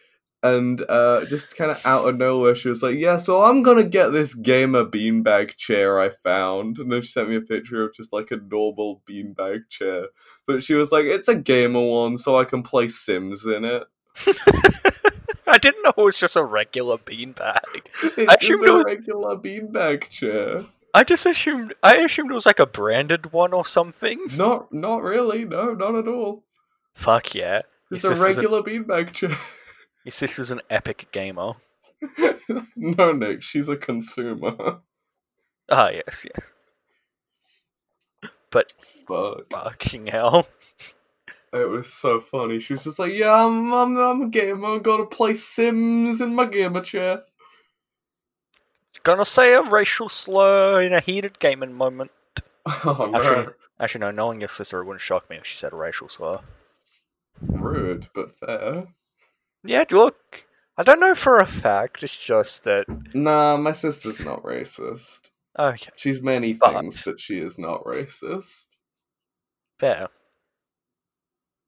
B: and uh, just kind of out of nowhere, she was like, "Yeah, so I'm gonna get this gamer beanbag chair I found." And then she sent me a picture of just like a normal beanbag chair, but she was like, "It's a gamer one, so I can play Sims in it."
A: I didn't know it was just a regular beanbag.
B: It's just
A: assumed it
B: a
A: was-
B: regular beanbag chair.
A: I just assumed I assumed it was like a branded one or something.
B: Not, not really. No, not at all.
A: Fuck yeah. Your
B: Just a
A: sister's a-
B: regular beanbag chair.
A: Your sister's an epic gamer.
B: no, Nick, she's a consumer.
A: Ah yes, yeah. But
B: Fuck.
A: fucking hell.
B: It was so funny. She was just like, yeah, I'm, I'm, I'm a gamer. I'm going to play Sims in my gamer chair.
A: Gonna say a racial slur in a heated gaming moment.
B: Oh,
A: I
B: no.
A: shouldn't- Actually no, knowing your sister it wouldn't shock me if she said a racial slur.
B: Rude, but fair.
A: Yeah, look. I don't know for a fact, it's just that
B: Nah, my sister's not racist.
A: okay,
B: She's many
A: But-
B: things, but she is not racist.
A: fair.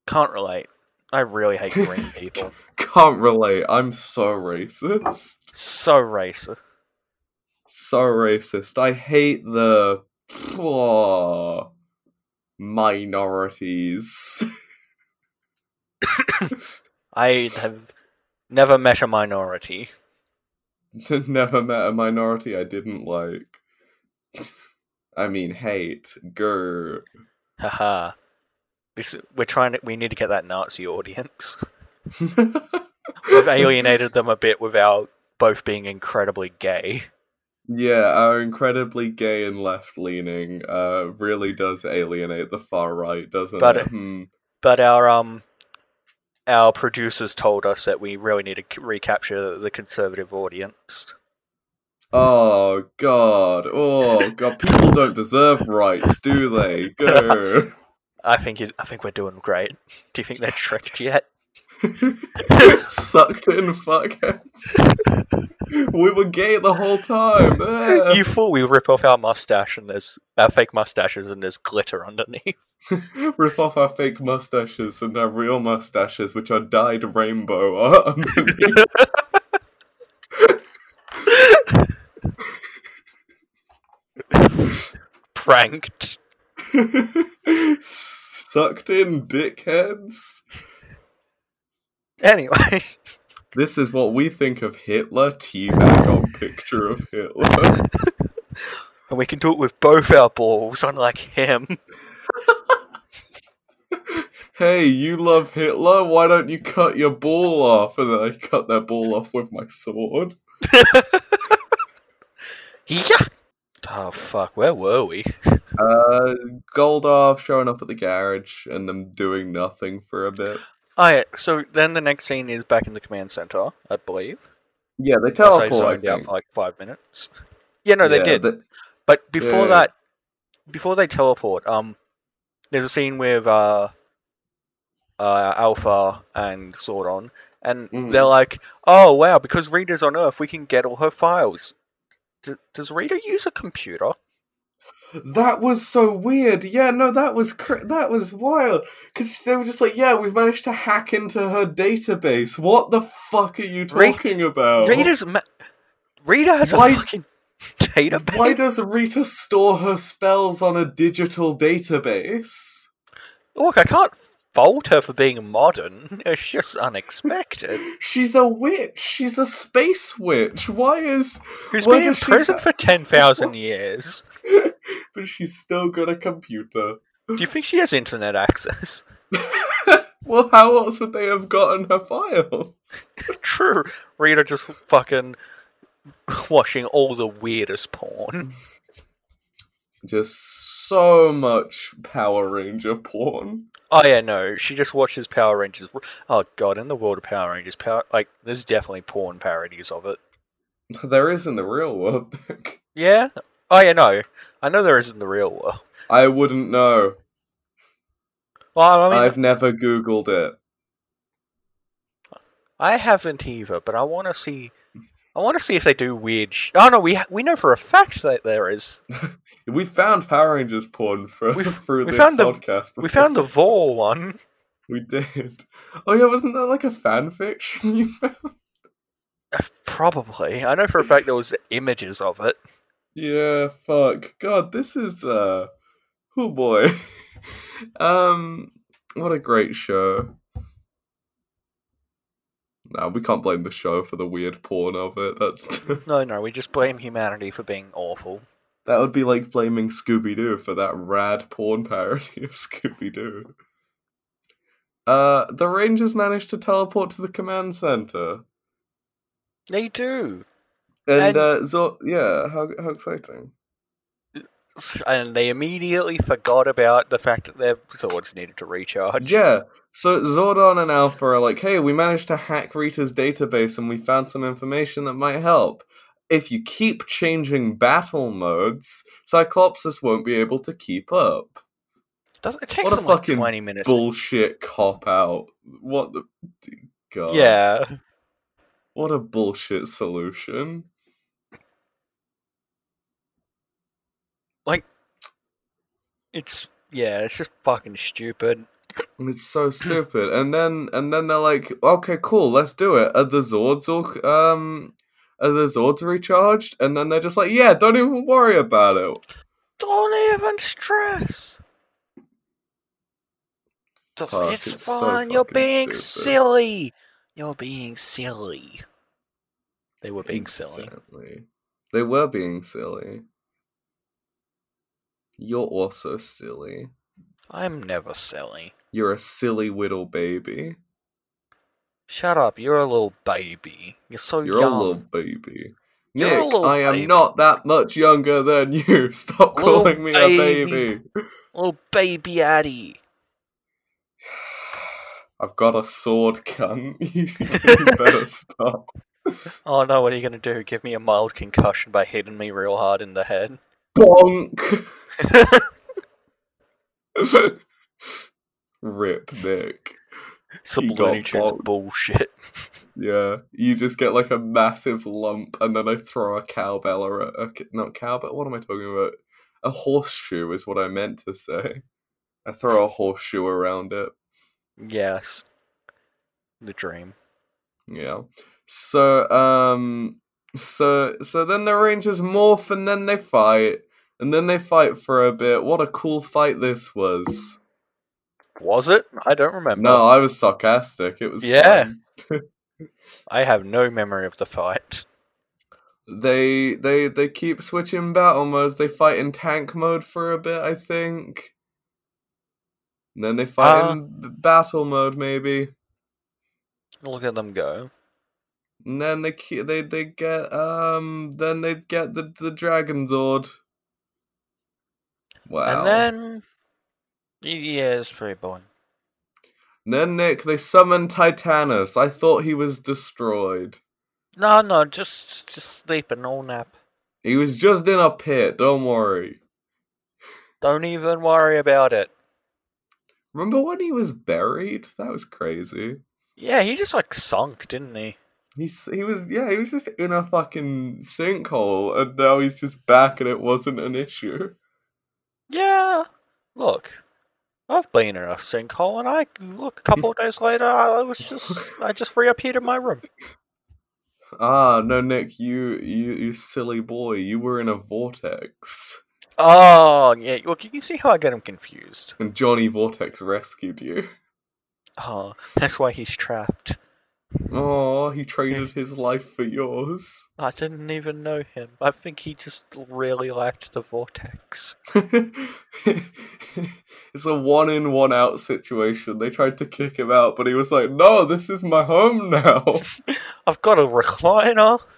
A: Can't relate. I really hate green people.
B: Can't relate. I'm so racist.
A: So racist.
B: So racist. I hate the Aw, minorities.
A: I have never met a minority.
B: Never met a minority I didn't like. I mean, hate. Grr.
A: Haha. This, we're trying to, we need to get that Nazi audience. We've alienated them a bit without both being incredibly gay.
B: Yeah, our incredibly gay and left leaning uh, really does alienate the far right, doesn't
A: But-
B: it? Hmm.
A: But our um our producers told us that we really need to c- recapture the conservative audience.
B: Oh god. Oh god. People don't deserve rights, do they? Go.
A: I think it, I think we're doing great. Do you think they're tricked yet?
B: Sucked in fuckheads. we were gay the whole time. Ah.
A: You fool! We rip off our mustache and there's our fake mustaches and there's glitter underneath.
B: Rip off our fake mustaches and our real mustaches, which are dyed rainbow, are underneath.
A: Pranked.
B: Sucked in dickheads.
A: Anyway,
B: This is what we think of Hitler. Teabag on picture of Hitler.
A: and we can do it with both our balls, unlike him.
B: hey, you love Hitler? Why don't you cut your ball off? And then I cut their ball off with my sword.
A: Yeah. Oh fuck! Where were we?
B: Uh, Goldar showing up at the garage and them doing nothing for a bit.
A: Oh yeah. So then the next scene is back in the command center, I believe.
B: Yeah, they
A: So I
B: teleport. I
A: zoned out
B: think.
A: for like five minutes. Yeah, no, they
B: Yeah,
A: did.
B: the-
A: But before
B: Yeah.
A: that, before they teleport, um, there's a scene with uh, uh, Alpha and Zordon, and
B: Mhm.
A: they're like, "Oh wow, because Rita's on Earth, we can get all her files." D- does Rita use a computer?
B: That was so weird. Yeah, no, that was cr- that was wild. Because they were just like, yeah, we've managed to hack into her database. What the fuck are you
A: Re-
B: talking about?
A: Rita's ma- Rita has
B: Why-
A: a fucking database.
B: Why does Rita store her spells on a digital database?
A: Look, I can't fault her for being modern. It's just unexpected.
B: She's a witch. She's a space witch. Why is?
A: Who's
B: Where
A: been in
B: does she
A: prison
B: ha-
A: for ten thousand years?
B: But she's still got a computer.
A: Do you think she has internet access?
B: Well, how else would they have gotten her files?
A: True. Rita just fucking watching all the weirdest porn.
B: Just so much Power Ranger porn.
A: Oh yeah, no, she just watches Power Rangers. Oh god, in the world of Power Rangers, power like there's definitely porn parodies of it.
B: There is in the real world. Nick.
A: Yeah. Oh yeah, no, I know there is in the real world.
B: I wouldn't know.
A: Well, I mean,
B: I've never Googled it.
A: I haven't either, but I want to see. I want to see if they do weird. Sh- oh no, we ha- we know for a fact that there is.
B: We found Power Rangers porn for,
A: We-
B: through
A: we
B: this
A: found the-
B: podcast.
A: We found the Vor one.
B: We did. Oh yeah, wasn't that like a fan fiction you found?
A: Uh, Probably, I know for a fact there was images of it.
B: Yeah, fuck. God, this is uh oh boy. um what a great show. Nah, we can't blame the show for the weird porn of it. That's
A: No, no, we just blame humanity for being awful.
B: that would be like blaming Scooby Doo for that rad porn parody of Scooby Doo. Uh the Rangers managed to teleport to the command center.
A: They do,
B: And,
A: And-
B: uh Zor- yeah, how how exciting.
A: and they immediately forgot about the fact that their swords needed to recharge.
B: Yeah. So Zordon and Alpha are like, hey, we managed to hack Rita's database and we found some information that might help. If you keep changing battle modes, Cyclopsis won't be able to keep up.
A: Doesn't- it takes
B: What a
A: them like
B: fucking
A: twenty minutes.
B: Bullshit cop out. What the. d- God.
A: yeah,
B: What a bullshit solution.
A: it's yeah, it's just fucking stupid.
B: It's so stupid. And then and then they're like, okay, cool, let's do it. Are the Zords all um are the Zords recharged? And then they're just like, yeah, don't even worry about it.
A: Don't even stress. Just-
B: Fuck,
A: it's,
B: it's so
A: fine. You're
B: fucking
A: being
B: stupid.
A: silly. You're being silly. They were being silly.
B: Exactly. They were being silly. You're also silly.
A: I'm never silly.
B: You're a silly little baby.
A: Shut up. You're a little baby. You're so
B: You're
A: young.
B: a little baby.
A: You're
B: Nick,
A: a little
B: I am
A: baby.
B: not that much younger than you. Stop
A: Little
B: calling me
A: baby.
B: a baby.
A: Little baby Addy.
B: I've got a sword, cunt. you better stop.
A: Oh no, what are you gonna do? Give me a mild concussion by hitting me real hard in the head?
B: Bonk. Rip, Nick.
A: Some
B: He got
A: Looney Tunes
B: bonked.
A: bullshit.
B: Yeah, you just get like a massive lump, and then I throw a cowbell or a, a c- not cowbell. What am I talking about? A horseshoe is what I meant to say. I throw a horseshoe around it.
A: Yes. The dream.
B: Yeah. So um, so so then the Rangers morph, and then they fight, and then they fight for a bit. What a cool fight this was!
A: Was it? I don't remember.
B: No, I was sarcastic. It was
A: Yeah.
B: fun.
A: I have no memory of the fight.
B: They they they keep switching battle modes. They fight in tank mode for a bit, I think. And then they fight
A: Uh.
B: in b- battle mode, maybe.
A: Look at them go.
B: And then they ke- they they get um then they get the the dragon zord. Wow.
A: And then Y- Yeah, it's pretty boring.
B: And then Nick they summon Titanus. I thought he was destroyed.
A: No no, just just sleep and all nap.
B: He was just in a pit. Don't worry.
A: Don't even worry about it.
B: Remember when he was buried? That was crazy.
A: Yeah, he just like sunk, didn't he?
B: He's he was yeah he was just in a fucking sinkhole and now he's just back and it wasn't an issue.
A: Yeah. Look, I've been in a sinkhole, and I look a couple of days later, I was just I just reappeared in my room.
B: Ah no, Nick, you you you silly boy, you were in a vortex
A: Oh yeah. Well, can you see how I get him confused?
B: and Johnny Vortex rescued you.
A: Oh, that's why he's trapped.
B: Oh, he traded his life for yours.
A: I didn't even know him. I think he just really liked the vortex.
B: it's a one in one out situation. They tried to kick him out, but he was like, "No, this is my home now.
A: I've got a recliner.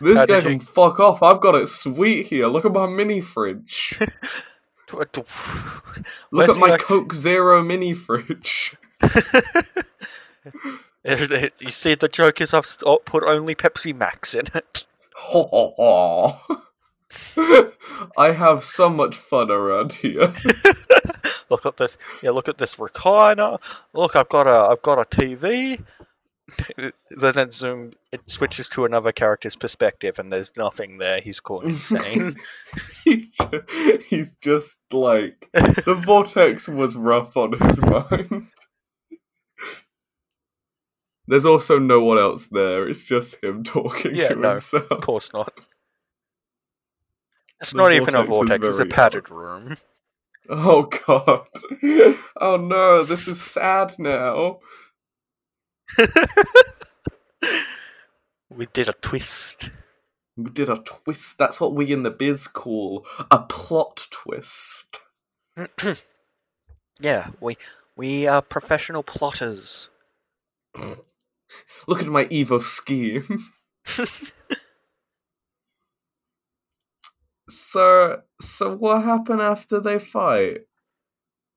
B: This
A: How
B: guy
A: did
B: can
A: you-
B: fuck off. I've got it sweet here. Look at my mini fridge." Look
A: Where's
B: at
A: the
B: my
A: act-
B: Coke Zero mini fridge.
A: you see, the joke is I've st- put only Pepsi Max in it.
B: Ho, ho, ho. I have so much fun around here.
A: look at this yeah look at this recliner look i've got a i've got a tv then it zoomed it switches to another character's perspective and there's nothing there he's called insane
B: he's just, he's just like the vortex was rough on his mind. There's also no one else there. It's just him talking
A: Yeah,
B: to
A: no. of
B: himself.
A: course not it's
B: The
A: not even a
B: vortex
A: vortex it's
B: is
A: a
B: very
A: padded room
B: Oh god. Oh no, this is sad now.
A: we did a twist
B: We did a twist. That's what we in the biz call a plot twist.
A: yeah we we are professional plotters
B: Look at my evil scheme. so, so what happened after they fight?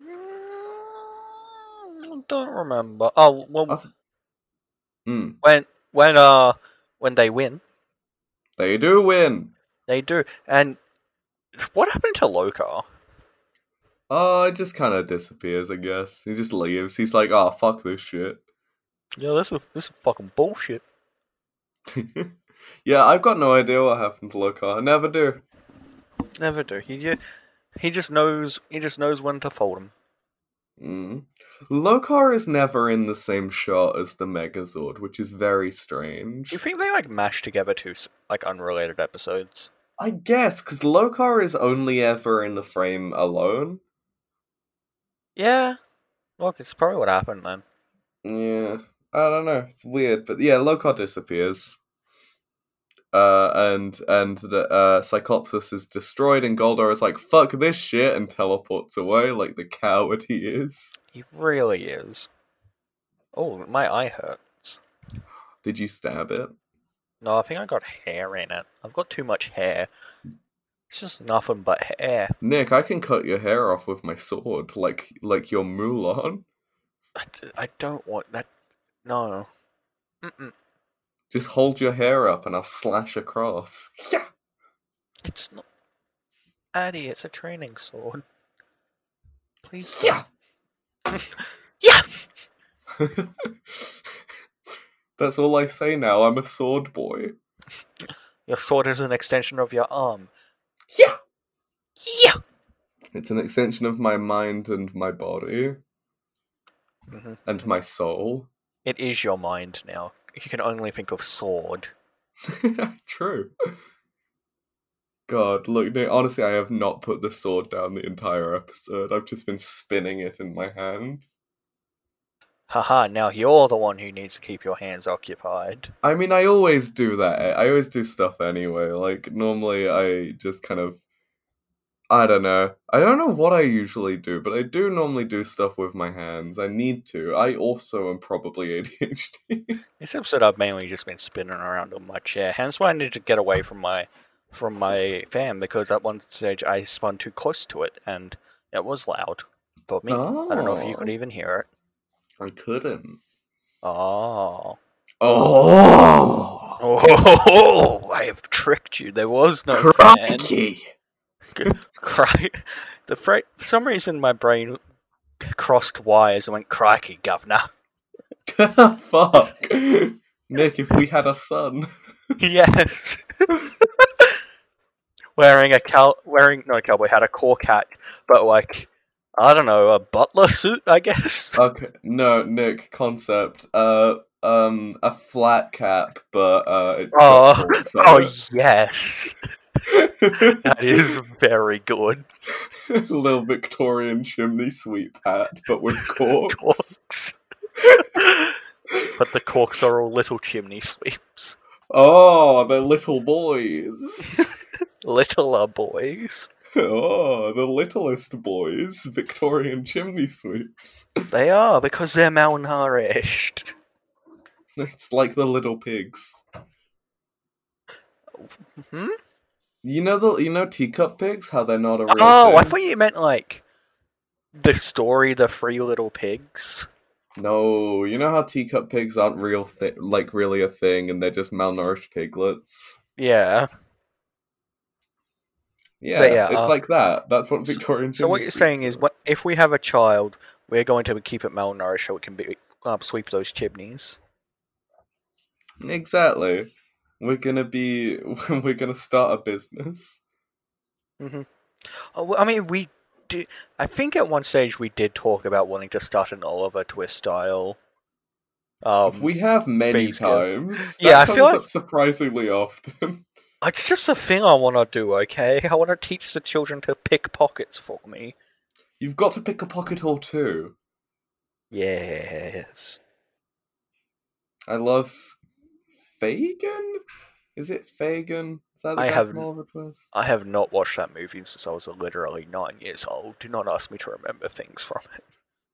A: Mm, don't remember oh
B: I
A: well
B: th- Mm,
A: when when uh when they win
B: they do win.
A: They do. And what happened to Lokar?
B: Oh, it just kind of disappears, I guess. He just leaves. He's like, oh, fuck this shit.
A: Yeah, this is this is fucking bullshit.
B: yeah, I've got no idea what happened to Lokar. I never do.
A: Never do. He ju- he just knows he just knows when to fold him.
B: Mm. Lokar is never in the same shot as the Megazord, which is very strange.
A: Do you think they like mash together two s- like unrelated episodes?
B: I guess because Lokar is only ever in the frame alone.
A: Yeah. Look, it's probably what happened then.
B: Yeah, I don't know. It's weird, but yeah, Lokar disappears. Uh, and and the uh, Cyclopsis is destroyed, and Goldar is like, "Fuck this shit," and teleports away like the coward he is.
A: He really is. Oh, my eye hurts.
B: Did you stab it?
A: No, I think I got hair in it. I've got too much hair. It's just nothing but hair.
B: Nick, I can cut your hair off with my sword, like like your Mulan.
A: I, d- I don't want that. No. Mm-mm.
B: Just hold your hair up, and I'll slash across. Yeah.
A: It's not. Addy, it's a training sword. Please.
B: Yeah.
A: Yeah!
B: That's all I say now. I'm a sword boy.
A: Your sword is an extension of your arm.
B: Yeah.
A: Yeah!
B: It's an extension of my mind and my body
A: Mhm.
B: and my soul.
A: It is your mind now. You can only think of sword.
B: True. God, look, Nick, honestly, I have not put the sword down the entire episode. I've just been spinning it in my hand.
A: Haha, now you're the one who needs to keep your hands occupied.
B: I mean, I always do that. I I always do stuff anyway. Like, normally I just kind of. I don't know. I don't know what I usually do, but I do normally do stuff with my hands. I need to. I also am probably ADHD.
A: This episode I've mainly just been spinning around on my chair, hence why I need to get away from my from my fan because at one stage I spun too close to it and it was loud for me. I don't know if you could even hear it.
B: Oh. I couldn't.
A: Oh.
B: Oh,
A: Oh, I have tricked you. There was no fan.
B: crikey!
A: Cry. The fra- for some reason my brain crossed wires and went crikey, governor.
B: Fuck, Nick. If we had a son,
A: yes. wearing a cow, wearing not a cowboy hat, a cork hat, but like I don't know, a butler suit, I guess.
B: okay. No, Nick. Concept. Uh, um, a flat cap, but uh, it's got
A: Oh,
B: corks on
A: oh yes,
B: it.
A: that is very good.
B: little Victorian chimney sweep hat, but with corks.
A: Corks. but the corks are all little chimney sweeps.
B: Oh, they're little boys.
A: Littler uh, boys.
B: Oh, the littlest boys, Victorian chimney sweeps.
A: They are because they're malnourished.
B: It's like the little pigs.
A: Hmm?
B: You know the you know teacup pigs? How they're not a real
A: Oh, I
B: thing?
A: thought you meant like the story, the three little pigs.
B: No, you know how teacup pigs aren't real, thi- like really a thing, and they're just malnourished piglets.
A: Yeah.
B: Yeah,
A: yeah,
B: it's
A: uh,
B: like that. That's what Victorian.
A: So what
B: chimney
A: you're saying
B: sweeps
A: is,
B: are.
A: what, if we have a child, we're going to keep it malnourished so it can be um, sweep those chimneys.
B: exactly. We're gonna be. We're gonna start a business.
A: Oh, well, I mean, we do. I think at one stage we did talk about wanting to start an Oliver Twist style. Um,
B: we have many
A: things go-
B: times.
A: Yeah,
B: That
A: I feel
B: comes
A: like-
B: up surprisingly often.
A: it's just a thing I want to do. Okay, I want to teach the children to pick pockets for me.
B: You've got to pick a pocket or two.
A: Yes.
B: I love Fagin. Is it Fagin? Is that the
A: I
B: guy
A: have
B: from
A: n-
B: Oliver Twist?
A: I have not watched that movie since I was literally nine years old. Do not ask me to remember things from it.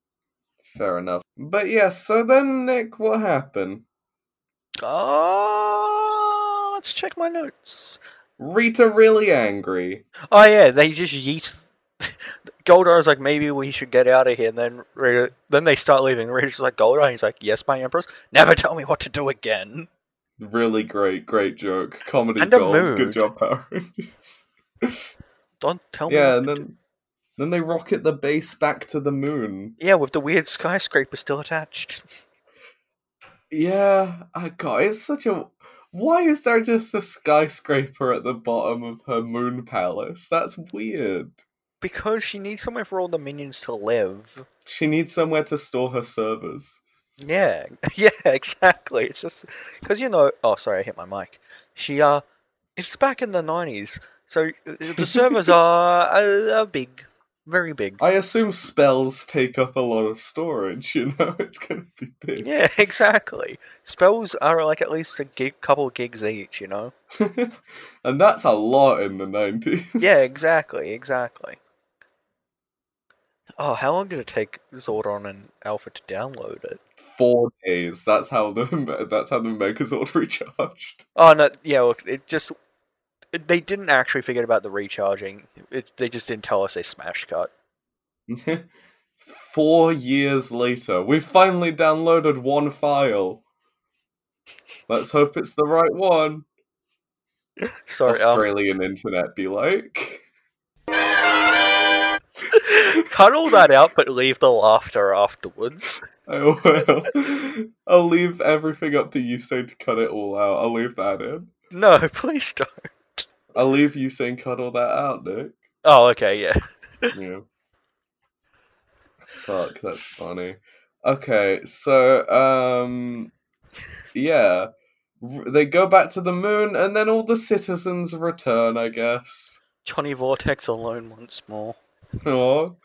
B: Fair enough. But yeah, so then Nick, what happened?
A: Oh, let's check my notes.
B: Rita really angry.
A: Oh yeah, they just yeet. Goldar's like, maybe we should get out of here, and then Rita, then they start leaving. Rita's like, Goldar, and he's like, yes, my empress, never tell me what to do again.
B: Really great, great joke. Comedy
A: And a
B: gold. Good
A: mood.
B: job, Power Rangers.
A: Don't tell me.
B: yeah,
A: what
B: and
A: to do."
B: then then they rocket the base back to the moon.
A: yeah, with the weird skyscraper still attached.
B: Yeah, I God, it's such a. Why is there just a skyscraper at the bottom of her moon palace? That's weird.
A: Because she needs somewhere for all the minions to live.
B: She needs somewhere to store her servers.
A: Yeah, yeah, exactly. It's just because you know. Oh, sorry, I hit my mic. She uh, it's back in the nineties, so uh, the servers are uh, are big, very big.
B: I assume spells take up a lot of storage, you know? It's gonna be big.
A: Yeah, exactly. Spells are like at least a gig, couple gigs each, you know.
B: and that's a lot in the 90s.
A: Yeah, exactly, exactly. Oh, how long did it take Zordon and Alpha to download it?
B: Four days. That's how the that's how the Megazord recharged.
A: Oh no, yeah, look, it just it- they didn't actually forget about the recharging. It, they just didn't tell us they smash cut.
B: Four years later, we finally downloaded one file. Let's hope it's the right one.
A: Sorry, um,
B: Australian internet be like.
A: cut all that out, but leave the laughter afterwards.
B: I will. I'll leave everything up to you saying to cut it all out. I'll leave that in.
A: No, please don't.
B: I'll leave you saying cut all that out, Nick.
A: Oh, okay, yeah.
B: yeah. Fuck, that's funny. Okay, so um, yeah, R- they go back to the moon, and then all the citizens return. I guess.
A: Johnny Vortex alone once more.
B: Aww.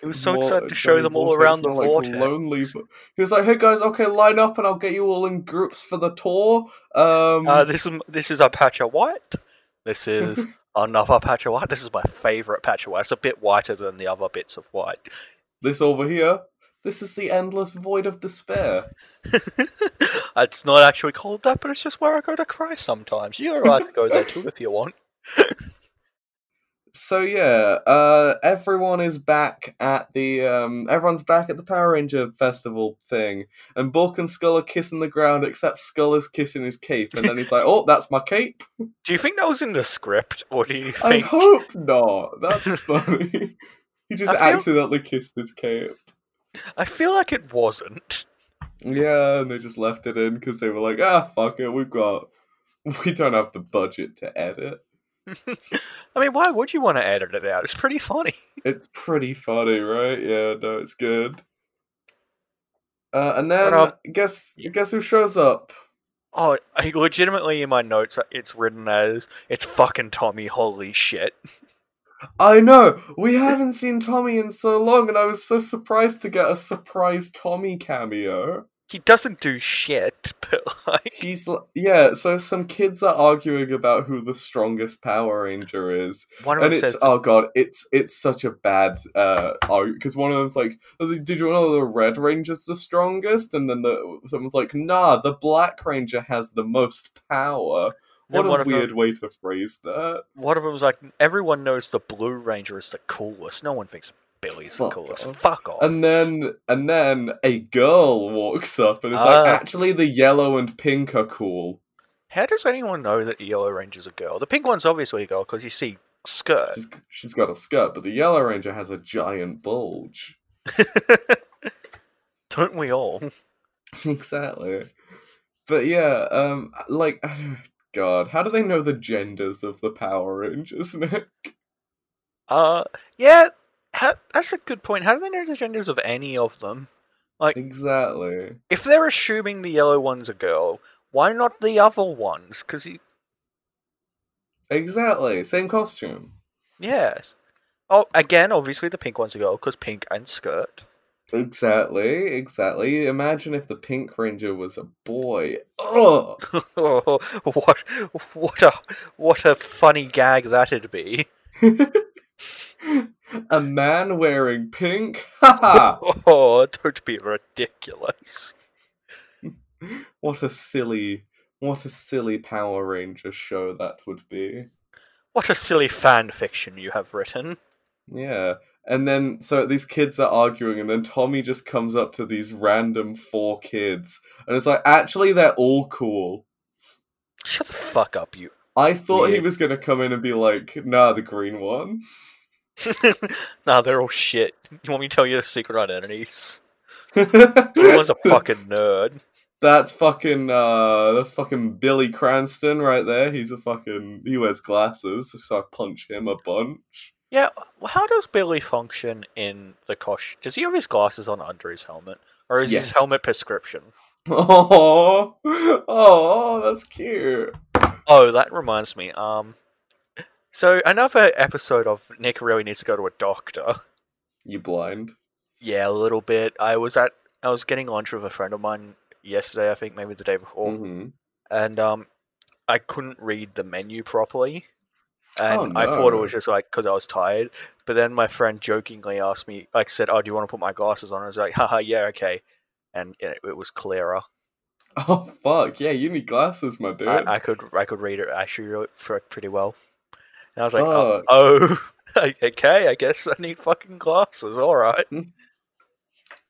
A: It was so excited to show them all around the vortex.
B: lonely. vo- He was like, "Hey guys, okay, line up, and I'll get you all in groups for the tour." Um,
A: Uh, this is this is Apache White. This is another Apache White. This is my favorite Apache White. It's a bit whiter than the other bits of white.
B: this over here. This is the endless void of despair.
A: it's not actually called that, but it's just where I go to cry sometimes. You're right to go there too if you want.
B: So yeah, uh, everyone is back at the um, everyone's back at the Power Ranger festival thing, and Bulk and Skull are kissing the ground, except Skull is kissing his cape, and then he's like, "Oh, that's my cape."
A: Do you think that was in the script, or do you
B: I
A: think?
B: hope not. That's funny. he just
A: I feel-
B: accidentally kissed his cape.
A: I feel like it wasn't.
B: Yeah, and they just left it in because they were like, "Ah, fuck it, we've got, we don't have the budget to edit."
A: I mean, why would you want to edit it out? It's pretty funny.
B: It's pretty funny, right? Yeah, no, it's good. Uh, and then
A: But, um,
B: guess guess who shows up?
A: Oh, I, legitimately, in my notes, uh, it's written as it's fucking Tommy. Holy shit!
B: I know we haven't seen Tommy in so long, and I was so surprised to get a surprise Tommy cameo.
A: He doesn't do shit, but like,
B: He's l- yeah. So some kids are arguing about who the strongest Power Ranger is,
A: one of
B: and
A: them
B: it's
A: says,
B: oh god, it's it's such a bad uh because one of them's like, "Oh, did you know the Red Ranger's the strongest? And then the someone's like, nah, the Black Ranger has the most power. What
A: Then one
B: a
A: of them-
B: weird way to phrase that.
A: one of them's like, everyone knows the Blue Ranger is the coolest. No one thinks Billy's
B: Fuck
A: the coolest.
B: off. Um,
A: Fuck off.
B: And then and then a girl walks up and is
A: Ah.
B: like, actually, the yellow and pink are cool.
A: How does anyone know that the Yellow Ranger's a girl? The pink one's obviously a girl because you see skirt.
B: She's, she's got a skirt, but the Yellow Ranger has a giant bulge.
A: Don't we all?
B: exactly. But yeah, um, like, I don't, God, how do they know the genders of the Power Rangers, Nick?
A: Uh, yeah, ha- that's a good point. How do they know the genders of any of them?
B: Exactly.
A: If they're assuming the yellow one's a girl, why not the other ones? Because,
B: Exactly. Same costume.
A: yes. Oh, again, obviously the pink one's a girl because pink and skirt.
B: Exactly, exactly. Imagine if the Pink Ranger was a boy. Oh,
A: Oh, what, what a, what a funny gag that'd be.
B: a man wearing pink. Ha
A: Oh, don't be ridiculous.
B: ha! What a silly, what a silly Power Ranger show that would be.
A: What a silly fan fiction you have written.
B: Yeah. And then, so these kids are arguing, and then Tommy just comes up to these random four kids, and it's like, actually, they're all cool.
A: Shut the fuck up, you.
B: I thought he
A: Weird.
B: was gonna come in and be like, nah, the green one.
A: nah, they're all shit. You want me to tell you their secret identities? Everyone's a
B: that's
A: fucking nerd.
B: fucking, uh, that's fucking Billy Cranston right there. He's a fucking, he wears glasses, so I punch him a bunch.
A: Yeah, well, how does Billy function in the costume? Does he have his glasses on under his helmet, or is
B: Yes.
A: his helmet prescription?
B: Oh, oh, that's cute.
A: Oh, that reminds me. Um, so another episode of Nick really needs to go to a doctor.
B: You blind?
A: Yeah, a little bit. I was at I was getting lunch with a friend of mine yesterday, I think maybe the day before,
B: Mm-hmm.
A: and um, I couldn't read the menu properly, and
B: Oh,
A: I thought it
B: no.
A: was just like because I was tired. But then my friend jokingly asked me, like, said, "Oh, do you want to put my glasses on?" I was like, "Haha, yeah, okay," and it, it was clearer.
B: Oh fuck! Yeah, you need glasses, my dude.
A: I, I could I could read it actually re- fr- pretty well. And I was like,
B: Fuck.
A: oh, oh, okay, I guess I need fucking glasses. All right.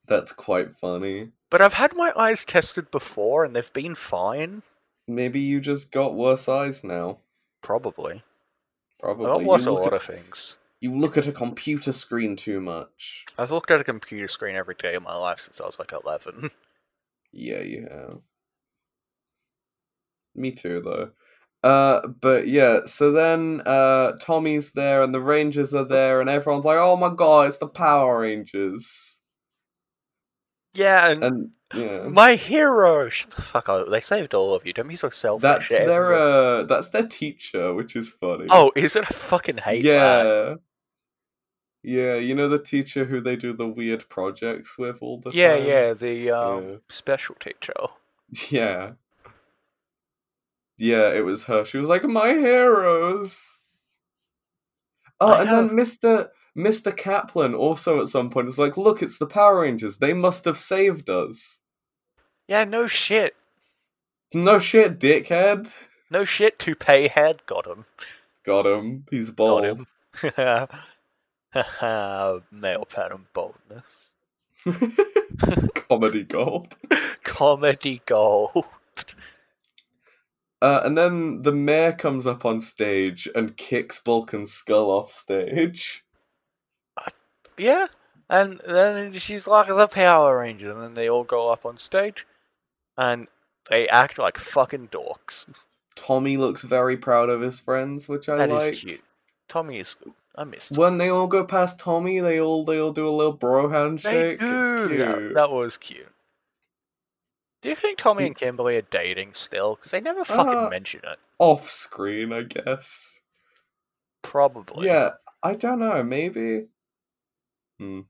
B: That's quite funny.
A: But I've had my eyes tested before, and they've been fine.
B: Maybe you just got worse eyes now.
A: Probably.
B: Probably.
A: I've
B: You
A: watched a
B: look
A: lot
B: at-
A: of things.
B: you look at a computer screen too much.
A: I've looked at a computer screen every day of my life since I was like eleven.
B: Yeah, you have. Me too, though. Uh, but yeah, so then uh, Tommy's there and the Rangers are there, and everyone's like, "Oh my god, it's the Power Rangers!"
A: yeah, and,
B: And uh, yeah,
A: my hero. Shut the fuck up. They saved all of you. Don't be so selfish.
B: that's
A: yeah,
B: their
A: everyone-
B: uh, that's their teacher, which is funny.
A: Oh, is it? I fucking hate
B: yeah,
A: that.
B: yeah, you know the teacher who they do the weird projects with all the
A: Yeah,
B: time?
A: yeah. The um,
B: Yeah.
A: special teacher.
B: Yeah. Yeah, it was her. She was like, "My heroes." Oh,
A: I
B: and then Mister Mister Kaplan also at some point is like, "Look, it's the Power Rangers. They must have saved us."
A: Yeah, no shit.
B: No shit, dickhead.
A: No shit, toupee head. Got him.
B: Got him. He's
A: Got
B: bald.
A: him. Male pattern boldness.
B: Comedy gold.
A: Comedy gold.
B: Uh, and then the mayor comes up on stage and kicks Bulk and Skull off stage.
A: Yeah. And then she's like the Power Ranger, and then they all go up on stage, and they act like fucking dorks.
B: Tommy looks very proud of his friends, which I
A: That is
B: like.
A: cute. Tommy is good. I missed. him.
B: When they all go past Tommy, they all they all do a little bro
A: They
B: handshake. It's
A: do.
B: cute.
A: That, that was cute. Do you think Tommy
B: Mm.
A: and Kimberly are dating still? Because they never fucking
B: Uh,
A: mention it.
B: Off screen, I guess.
A: Probably.
B: Yeah, I don't know. Maybe. Hmm.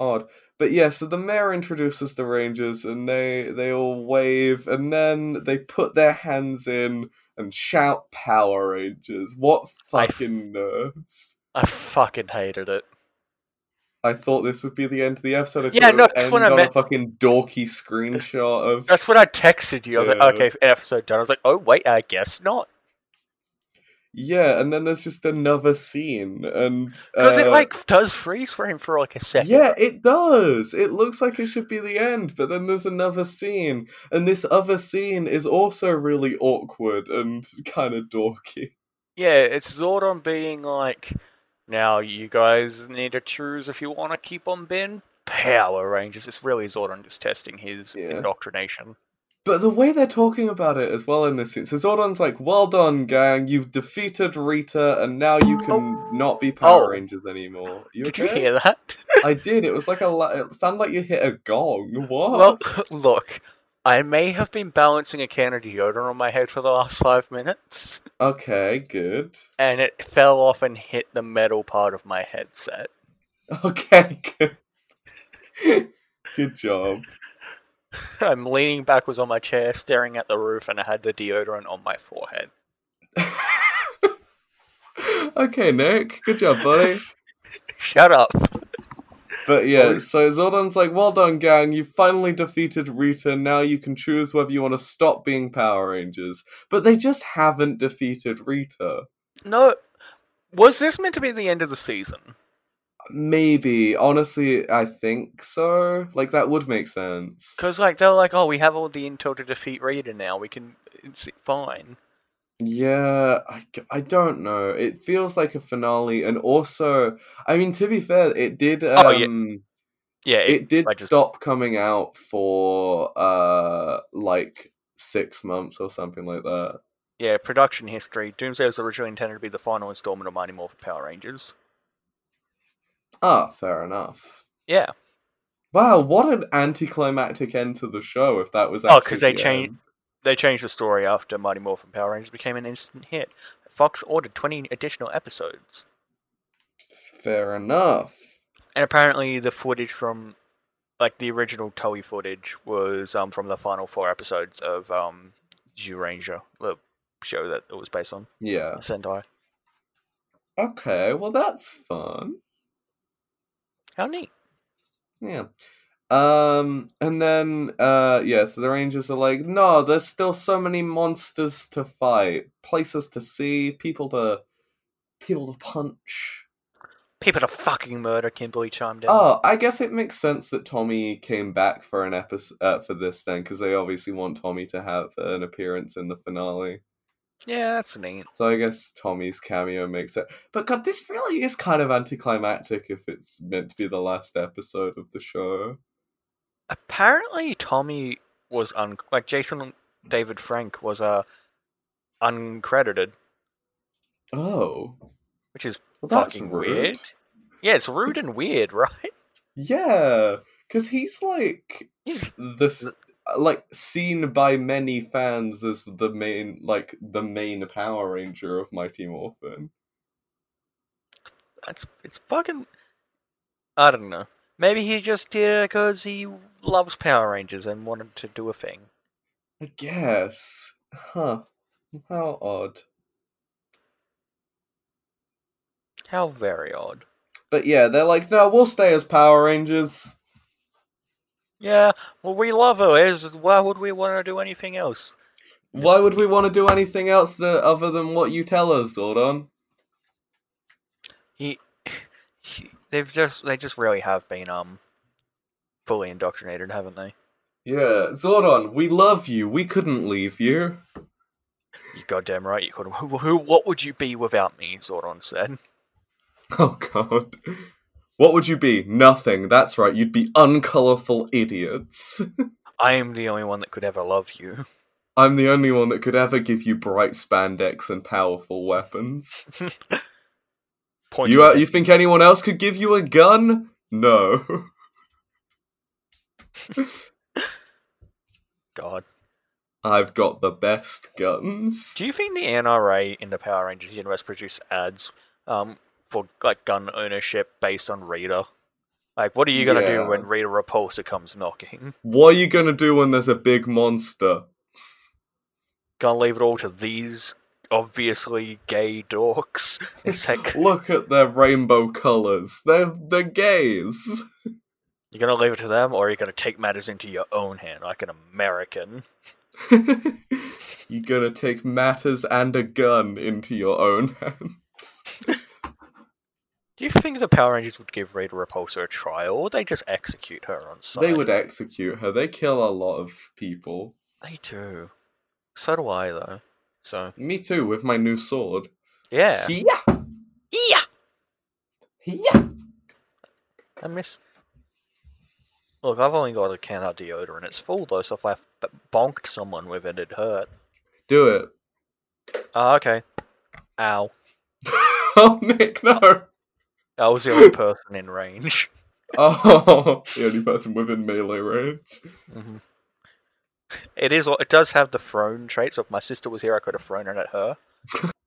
B: Odd. But yeah, so the mayor introduces the Rangers, and they they all wave, and then they put their hands in and shout "Power Rangers." What
A: I-
B: fucking nerds!
A: I fucking hated it.
B: I thought this would be the end of the episode. I
A: Yeah,
B: thought it
A: no,
B: would
A: that's what
B: end
A: I
B: on a
A: meant.
B: fucking dorky screenshot of.
A: That's when I texted you. I was
B: Yeah.
A: like, okay, episode done. I was like, oh, wait, I guess not.
B: Yeah, and then there's just another scene, and
A: Because it,
B: uh,
A: like, does freeze frame for, like, a second.
B: yeah, it does. It looks like it should be the end, but then there's another scene, and this other scene is also really awkward and kind of dorky.
A: Yeah, it's Zordon being like, now you guys need to choose if you want to keep on being Power Rangers. It's really Zordon just testing his
B: Yeah.
A: indoctrination.
B: But the way they're talking about it as well in this scene, so Zordon's like, "Well done, gang! You've defeated Rita, and now you can not be Power
A: Oh.
B: Rangers anymore." You
A: Did you
B: okay?
A: hear that?
B: I did. It was like a. la- It sounded like you hit a gong. What?
A: Well, look, I may have been balancing a can of deodorant on my head for the last five minutes,
B: okay, good.
A: and it fell off and hit the metal part of my headset.
B: Okay, good. good job.
A: I'm leaning backwards on my chair, staring at the roof, and I had the deodorant on my forehead.
B: okay, Nick. Good job, buddy.
A: Shut up.
B: But yeah, so Zordon's like, well done, gang. You finally defeated Rita. Now you can choose whether you want to stop being Power Rangers. But they just haven't defeated Rita.
A: No, was this meant to be the end of the season?
B: Maybe. Honestly, I think so. Like, that would make sense.
A: Because like they're like, oh, we have all the intel to defeat Rita now. We can. It's fine.
B: Yeah, I, g- I don't know. It feels like a finale. And also, I mean, to be fair, it did. Um,
A: Oh, yeah. Yeah, it,
B: it did
A: I just-
B: stop coming out for uh like six months or something like that.
A: yeah. Production history: Doomsday was originally intended to be the final installment of Mighty Morphin Power Rangers.
B: Ah, fair enough.
A: Yeah.
B: Wow, what an anticlimactic end to the show! If that was
A: Oh,
B: actually
A: 'cause they
B: the
A: changed-
B: end.
A: They changed the story after Mighty Morphin Power Rangers became an instant hit. Fox ordered 20 additional episodes.
B: Fair enough.
A: And apparently the footage from like the original Toei footage was um from the final four episodes of um Zoo Ranger, the show that it was based on.
B: Yeah.
A: Sentai.
B: Okay. Well, that's fun.
A: How neat.
B: Yeah. Um, and then, uh, yeah, so the Rangers are like, no, there's still so many monsters to fight, places to see, people to, people to punch.
A: People to fucking murder, Kimberly chimed in.
B: Oh, I guess it makes sense that Tommy came back for an episode uh, for this then, because they obviously want Tommy to have an appearance in the finale.
A: Yeah, that's neat.
B: So I guess Tommy's cameo makes it. But God, this really is kind of anticlimactic if it's meant to be the last episode of the show.
A: Apparently, Tommy was un like Jason David Frank was uh uncredited,
B: Oh,
A: which is
B: well, that's
A: fucking
B: rude.
A: weird. Yeah, it's rude and weird, right?
B: Yeah, because he's like
A: He's-
B: this, uh, like seen by many fans as the main, like the main Power Ranger of Mighty Morphin.
A: That's it's fucking. I don't know. Maybe he just did it because he loves Power Rangers and wanted to do a thing.
B: I guess, huh? How odd.
A: How very odd.
B: But yeah, they're like, no, we'll stay as Power Rangers.
A: Yeah, well, we love her. Is why would we want to do anything else?
B: Why would we want to do anything else tha- other than what you tell us, Zordon?
A: He, he, they've just they just really have been um fully indoctrinated, haven't they?
B: Yeah, Zordon, we love you. We couldn't leave you.
A: You goddamn right, you could. Who, who, what would you be without me? Zordon said.
B: Oh god. What would you be? Nothing. That's right. You'd be uncolourful idiots.
A: I am the only one that could ever love you.
B: I'm the only one that could ever give you bright spandex and powerful weapons.
A: Point.
B: You uh, you think anyone else could give you a gun? No.
A: God.
B: I've got the best guns.
A: Do you think the NRA in the Power Rangers universe produce ads um for like gun ownership based on Rita? Like, what are you gonna
B: Yeah.
A: do when Rita Repulsa comes knocking?
B: What are you gonna do when there's a big monster?
A: Gonna leave it all to these obviously gay dorks? It's like
B: Look at their rainbow colours. They're they're gays.
A: You're gonna leave it to them, or you're gonna take matters into your own hand, like an American.
B: You're gonna take matters and a gun into your own hands.
A: Do you think the Power Rangers would give Rita Repulsa a trial, or would they just execute her on sight?
B: They would execute her. They kill a lot of people.
A: They do. So do I, though. So
B: Me too, with my new sword.
A: yeah,
B: Yeah.
A: yeah.
B: Yeah.
A: I miss. Look, I've only got a can of deodorant. It's full though, so if I b- bonked someone with it, it hurt.
B: Do it.
A: Ah, okay. Ow.
B: oh, Nick, no.
A: I was the only person in range.
B: Oh, the only person within melee range.
A: Mhm. It is. It does have the thrown traits. So if my sister was here, I could have thrown it at her.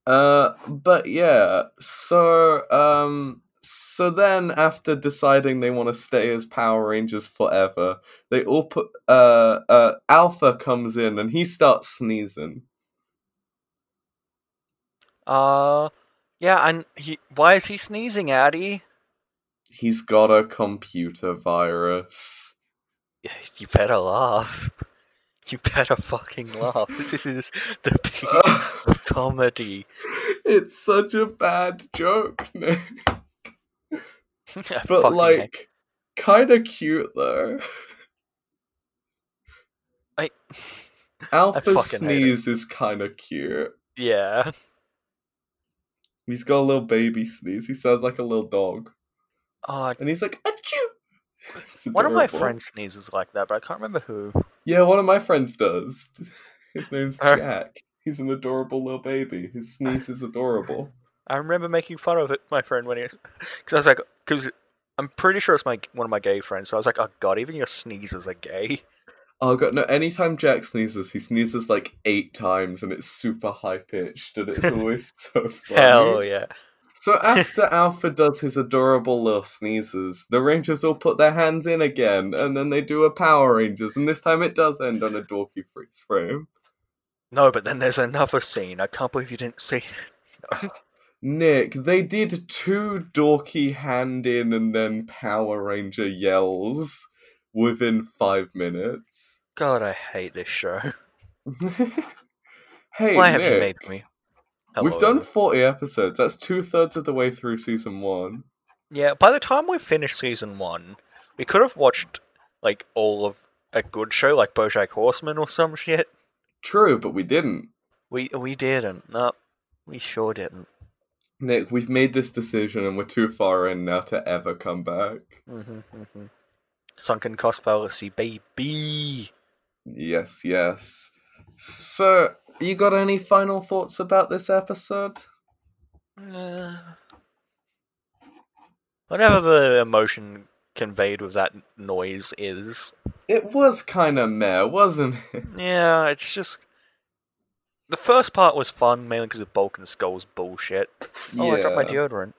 B: Uh, but yeah, so um, so then after deciding they want to stay as Power Rangers forever, they all put uh uh Alpha comes in and he starts sneezing.
A: Uh, yeah, and he. Why is he sneezing, Addy?
B: He's got a computer virus.
A: You better laugh. You better fucking laugh. This is the peak of comedy.
B: it's such a bad joke, Nick.
A: I
B: But
A: fucking hate-
B: like, kind of cute though.
A: I-
B: Alpha
A: fucking hate it.
B: sneeze is kind of cute.
A: yeah,
B: He's got a little baby sneeze. He sounds like a little dog,
A: oh,
B: and he's like, "Achoo!" It's
A: one of my
B: adorable.
A: friends sneezes like that, but I can't remember who.
B: Yeah, one of my friends does. His name's
A: Uh.
B: Jack. He's an adorable little baby. His sneeze is adorable.
A: I remember making fun of it, my friend, when he because I was like, because I'm pretty sure it's my one of my gay friends. So I was like, oh god, even your sneezes are gay.
B: Oh god, no! Anytime Jack sneezes, he sneezes like eight times, and it's super high pitched, and it's always so funny.
A: Hell yeah.
B: So after Alpha does his adorable little sneezes, the Rangers all put their hands in again, and then they do a Power Rangers, and this time it does end on a dorky freeze frame.
A: No, but then there's another scene. I can't believe you didn't see. it.
B: Nick, they did two dorky hand in and then Power Ranger yells within five minutes.
A: God, I hate this show.
B: hey,
A: Why
B: Nick,
A: have you made me?
B: we've
A: Hello.
B: done forty episodes. That's two thirds of the way through season one.
A: Yeah, by the time we finished season one, we could have watched like all of a good show like BoJack Horseman or some shit.
B: True, but we didn't.
A: We we didn't. No, we sure didn't.
B: Nick, we've made this decision, and we're too far in now to ever come back.
A: hmm hmm Sunken cost fallacy, baby.
B: Yes, yes. So, you got any final thoughts about this episode?
A: Uh, whatever the emotion conveyed with that noise is,
B: It was kind of meh, wasn't it?
A: yeah, it's just. The first part was fun mainly because of Bulk and Skull's bullshit. Oh, I dropped my
B: Yeah.
A: deodorant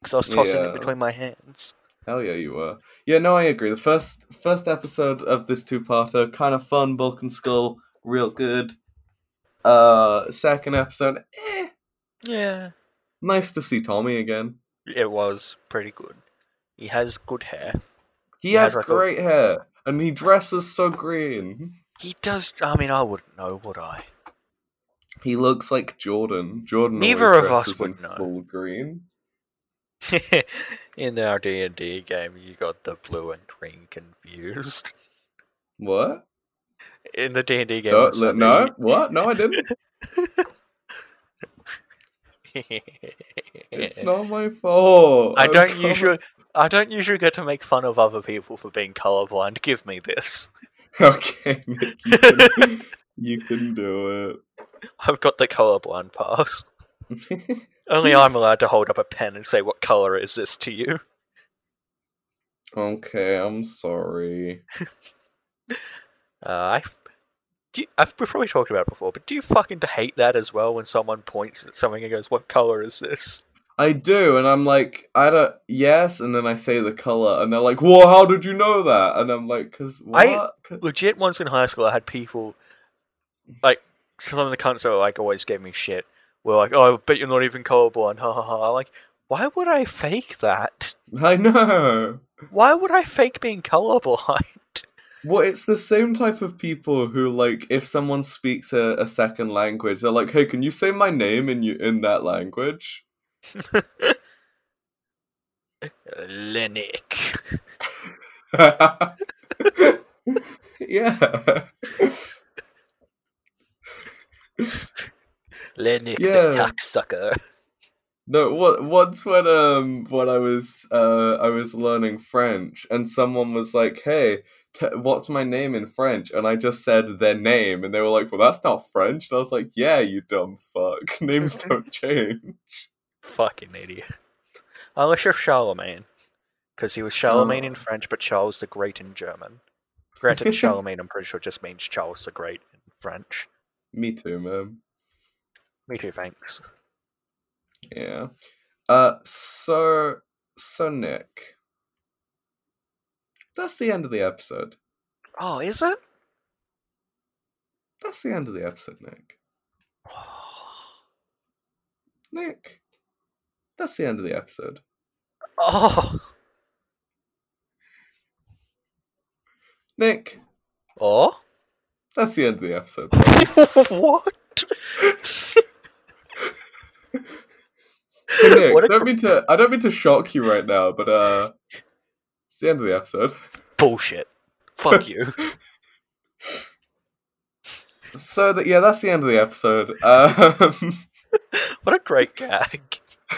A: because I was tossing
B: Yeah.
A: it between my hands.
B: Hell yeah, you were. Yeah, no, I agree. The first first episode of this two-parter, kind of fun, Bulk and Skull, real good. Uh, second episode, eh,
A: Yeah,
B: nice to see Tommy again.
A: it was pretty good. He has good hair.
B: He,
A: He has,
B: has
A: like, a-
B: great hair, and he dresses so green.
A: He does. I mean, I wouldn't know, would I?
B: He looks like Jordan. Jordan.
A: Neither
B: always
A: of us
B: dresses
A: would
B: in
A: know.
B: Full green.
A: In our D and D game, you got the blue and green confused.
B: What?
A: In the D and D game,
B: Don't-
A: on Sunday,
B: no. What? No, I didn't.
A: you-
B: it's not my fault. Oh,
A: I
B: I'm
A: don't
B: promise-
A: usually. I don't usually get to make fun of other people for being colorblind. Give me this.
B: Okay, Nick, you can, you can do it.
A: I've got the colorblind pass. Only I'm allowed to hold up a pen and say, "What color is this to you?"
B: Okay, I'm sorry.
A: Uh, I, do you- I've we've probably talked about it before, but do you fucking hate that as well when someone points at something and goes, "What color is this?"
B: I do, and I'm like, I don't. Yes, and then I say the color, and they're like, "Whoa, how did you know that?" And I'm like, "Cause what?"
A: I- Legit, once in high school, I had people like some of the cunts that like always gave me shit. Were like, "Oh, but you're not even colorblind." Ha ha ha! I'm Like, why would I fake that?
B: I know.
A: Why would I fake being colorblind?
B: Well, it's the same type of people who like, if someone speaks a, a second language, they're like, "Hey, can you say my name in you in that language?"
A: Lenick.
B: yeah.
A: Lenick the
B: Yeah.
A: cocksucker.
B: No, what once when um when I was uh I was learning French and someone was like, "Hey, t- what's my name in French?" and I just said their name and they were like, "Well, that's not French." And I was like, "Yeah, you dumb fuck. Names don't change."
A: Fucking idiot. Unless you're Charlemagne. Because he was Charlemagne in French, but Charles the Great in German. Granted, Charlemagne, I'm pretty sure, just means Charles the Great in French.
B: Me too, man.
A: Me too, thanks.
B: Yeah. Uh so so Nick. That's the end of the episode.
A: Oh, is it?
B: That's the end of the episode, Nick. Nick. That's the end of the episode.
A: Oh!
B: Nick,
A: Oh?
B: that's the end of the episode.
A: what?
B: Hey, Nick,
A: What a
B: I don't mean to. I don't mean to shock you right now, but uh, it's the end of the episode.
A: Bullshit. Fuck you.
B: So that yeah, that's the end of the episode. Um,
A: What a great gag.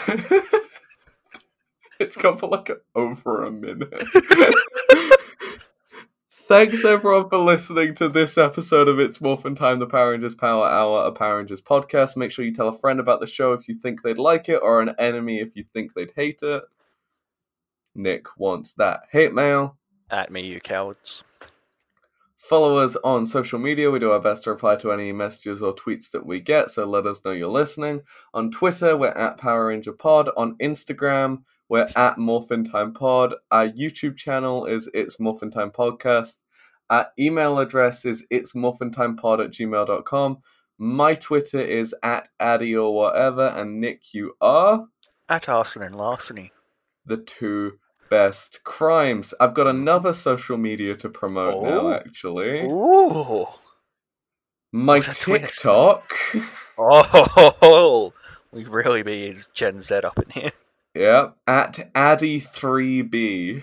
B: it's gone for like over a minute. Thanks everyone for listening to this episode of It's Morphin Time, the Power Rangers Power Hour, a Power Rangers podcast. Make sure you tell a friend about the show if you think they'd like it, or an enemy if you think they'd hate it. Nick wants that hate mail.
A: At me, you cowards.
B: Follow us on social media. We do our best to reply to any messages or tweets that we get, so let us know you're listening. On Twitter, we're at Power Ranger Pod. On Instagram, we're at Morphin Time Pod. Our YouTube channel is It's Morphin Time Podcast. Our email address is It's Morphin Time Pod at gmail.com. My Twitter is at Addy or whatever, and Nick, you are
A: At arson and larceny.
B: the two best crimes. I've got another social media to promote now,
A: Oh.
B: actually.
A: Ooh.
B: My
A: What a twist.
B: TikTok.
A: Oh, we really be Gen Z up in here.
B: yep. At Addy3B.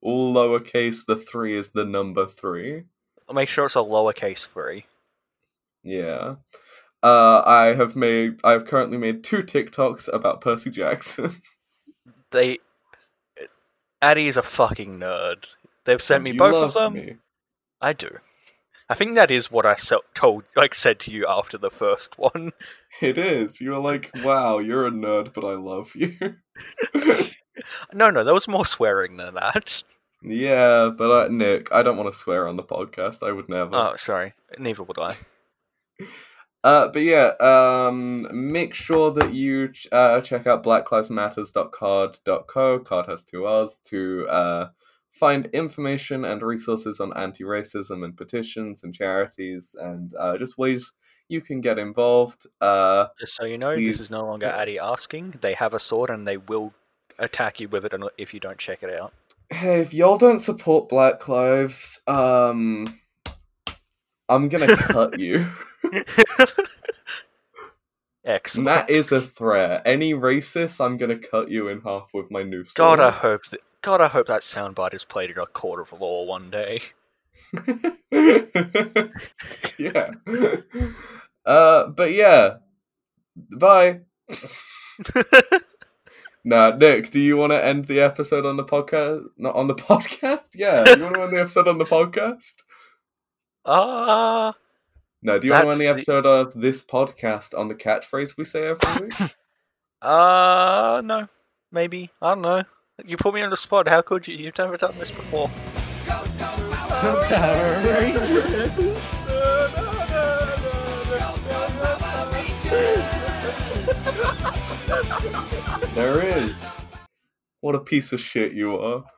B: All lowercase, the three is the number three.
A: Make sure it's a lowercase three.
B: Yeah. Uh, I have made. I've currently made two TikToks about Percy Jackson.
A: They. Addy is a fucking nerd. They've sent me
B: You
A: both of
B: love
A: them.
B: me.
A: I do. I think that is what I so- told, like, said to you after the first one.
B: It is. You're like, wow, you're a nerd, but I love you.
A: No, no, there was more swearing than that.
B: yeah, but I, Nick, I don't want to swear on the podcast. I would never.
A: Oh, sorry. Neither would I.
B: Uh, but yeah, um, make sure that you ch- uh, check out blacklivesmatters.card.co, card has two R's, to uh, find information and resources on anti racism and petitions and charities and uh, just ways you can get involved. Uh,
A: Just so you know, this
B: Please.
A: is no longer Addy asking. They have a sword and they will attack you with it un- if you don't check it out.
B: hey, if y'all don't support Black Lives, um, I'm gonna cut you.
A: Excellent.
B: And that is a threat. Any racist, I'm gonna cut you in half with my new
A: God,
B: sword.
A: I hope that. God, I hope that soundbite is played in a court of law one day.
B: yeah. Uh, but yeah. Bye. nah, Nick, do you want to end the episode on the podcast? Not on the podcast? Yeah. You want to end the episode on the podcast?
A: Ah,
B: No, do you want to
A: That's
B: end the
A: the-
B: episode of this podcast on the catchphrase we say every week?
A: ah, no, maybe I don't know. You put me on the spot. How could you? You've never done this before.
B: there is. What a piece of shit you are.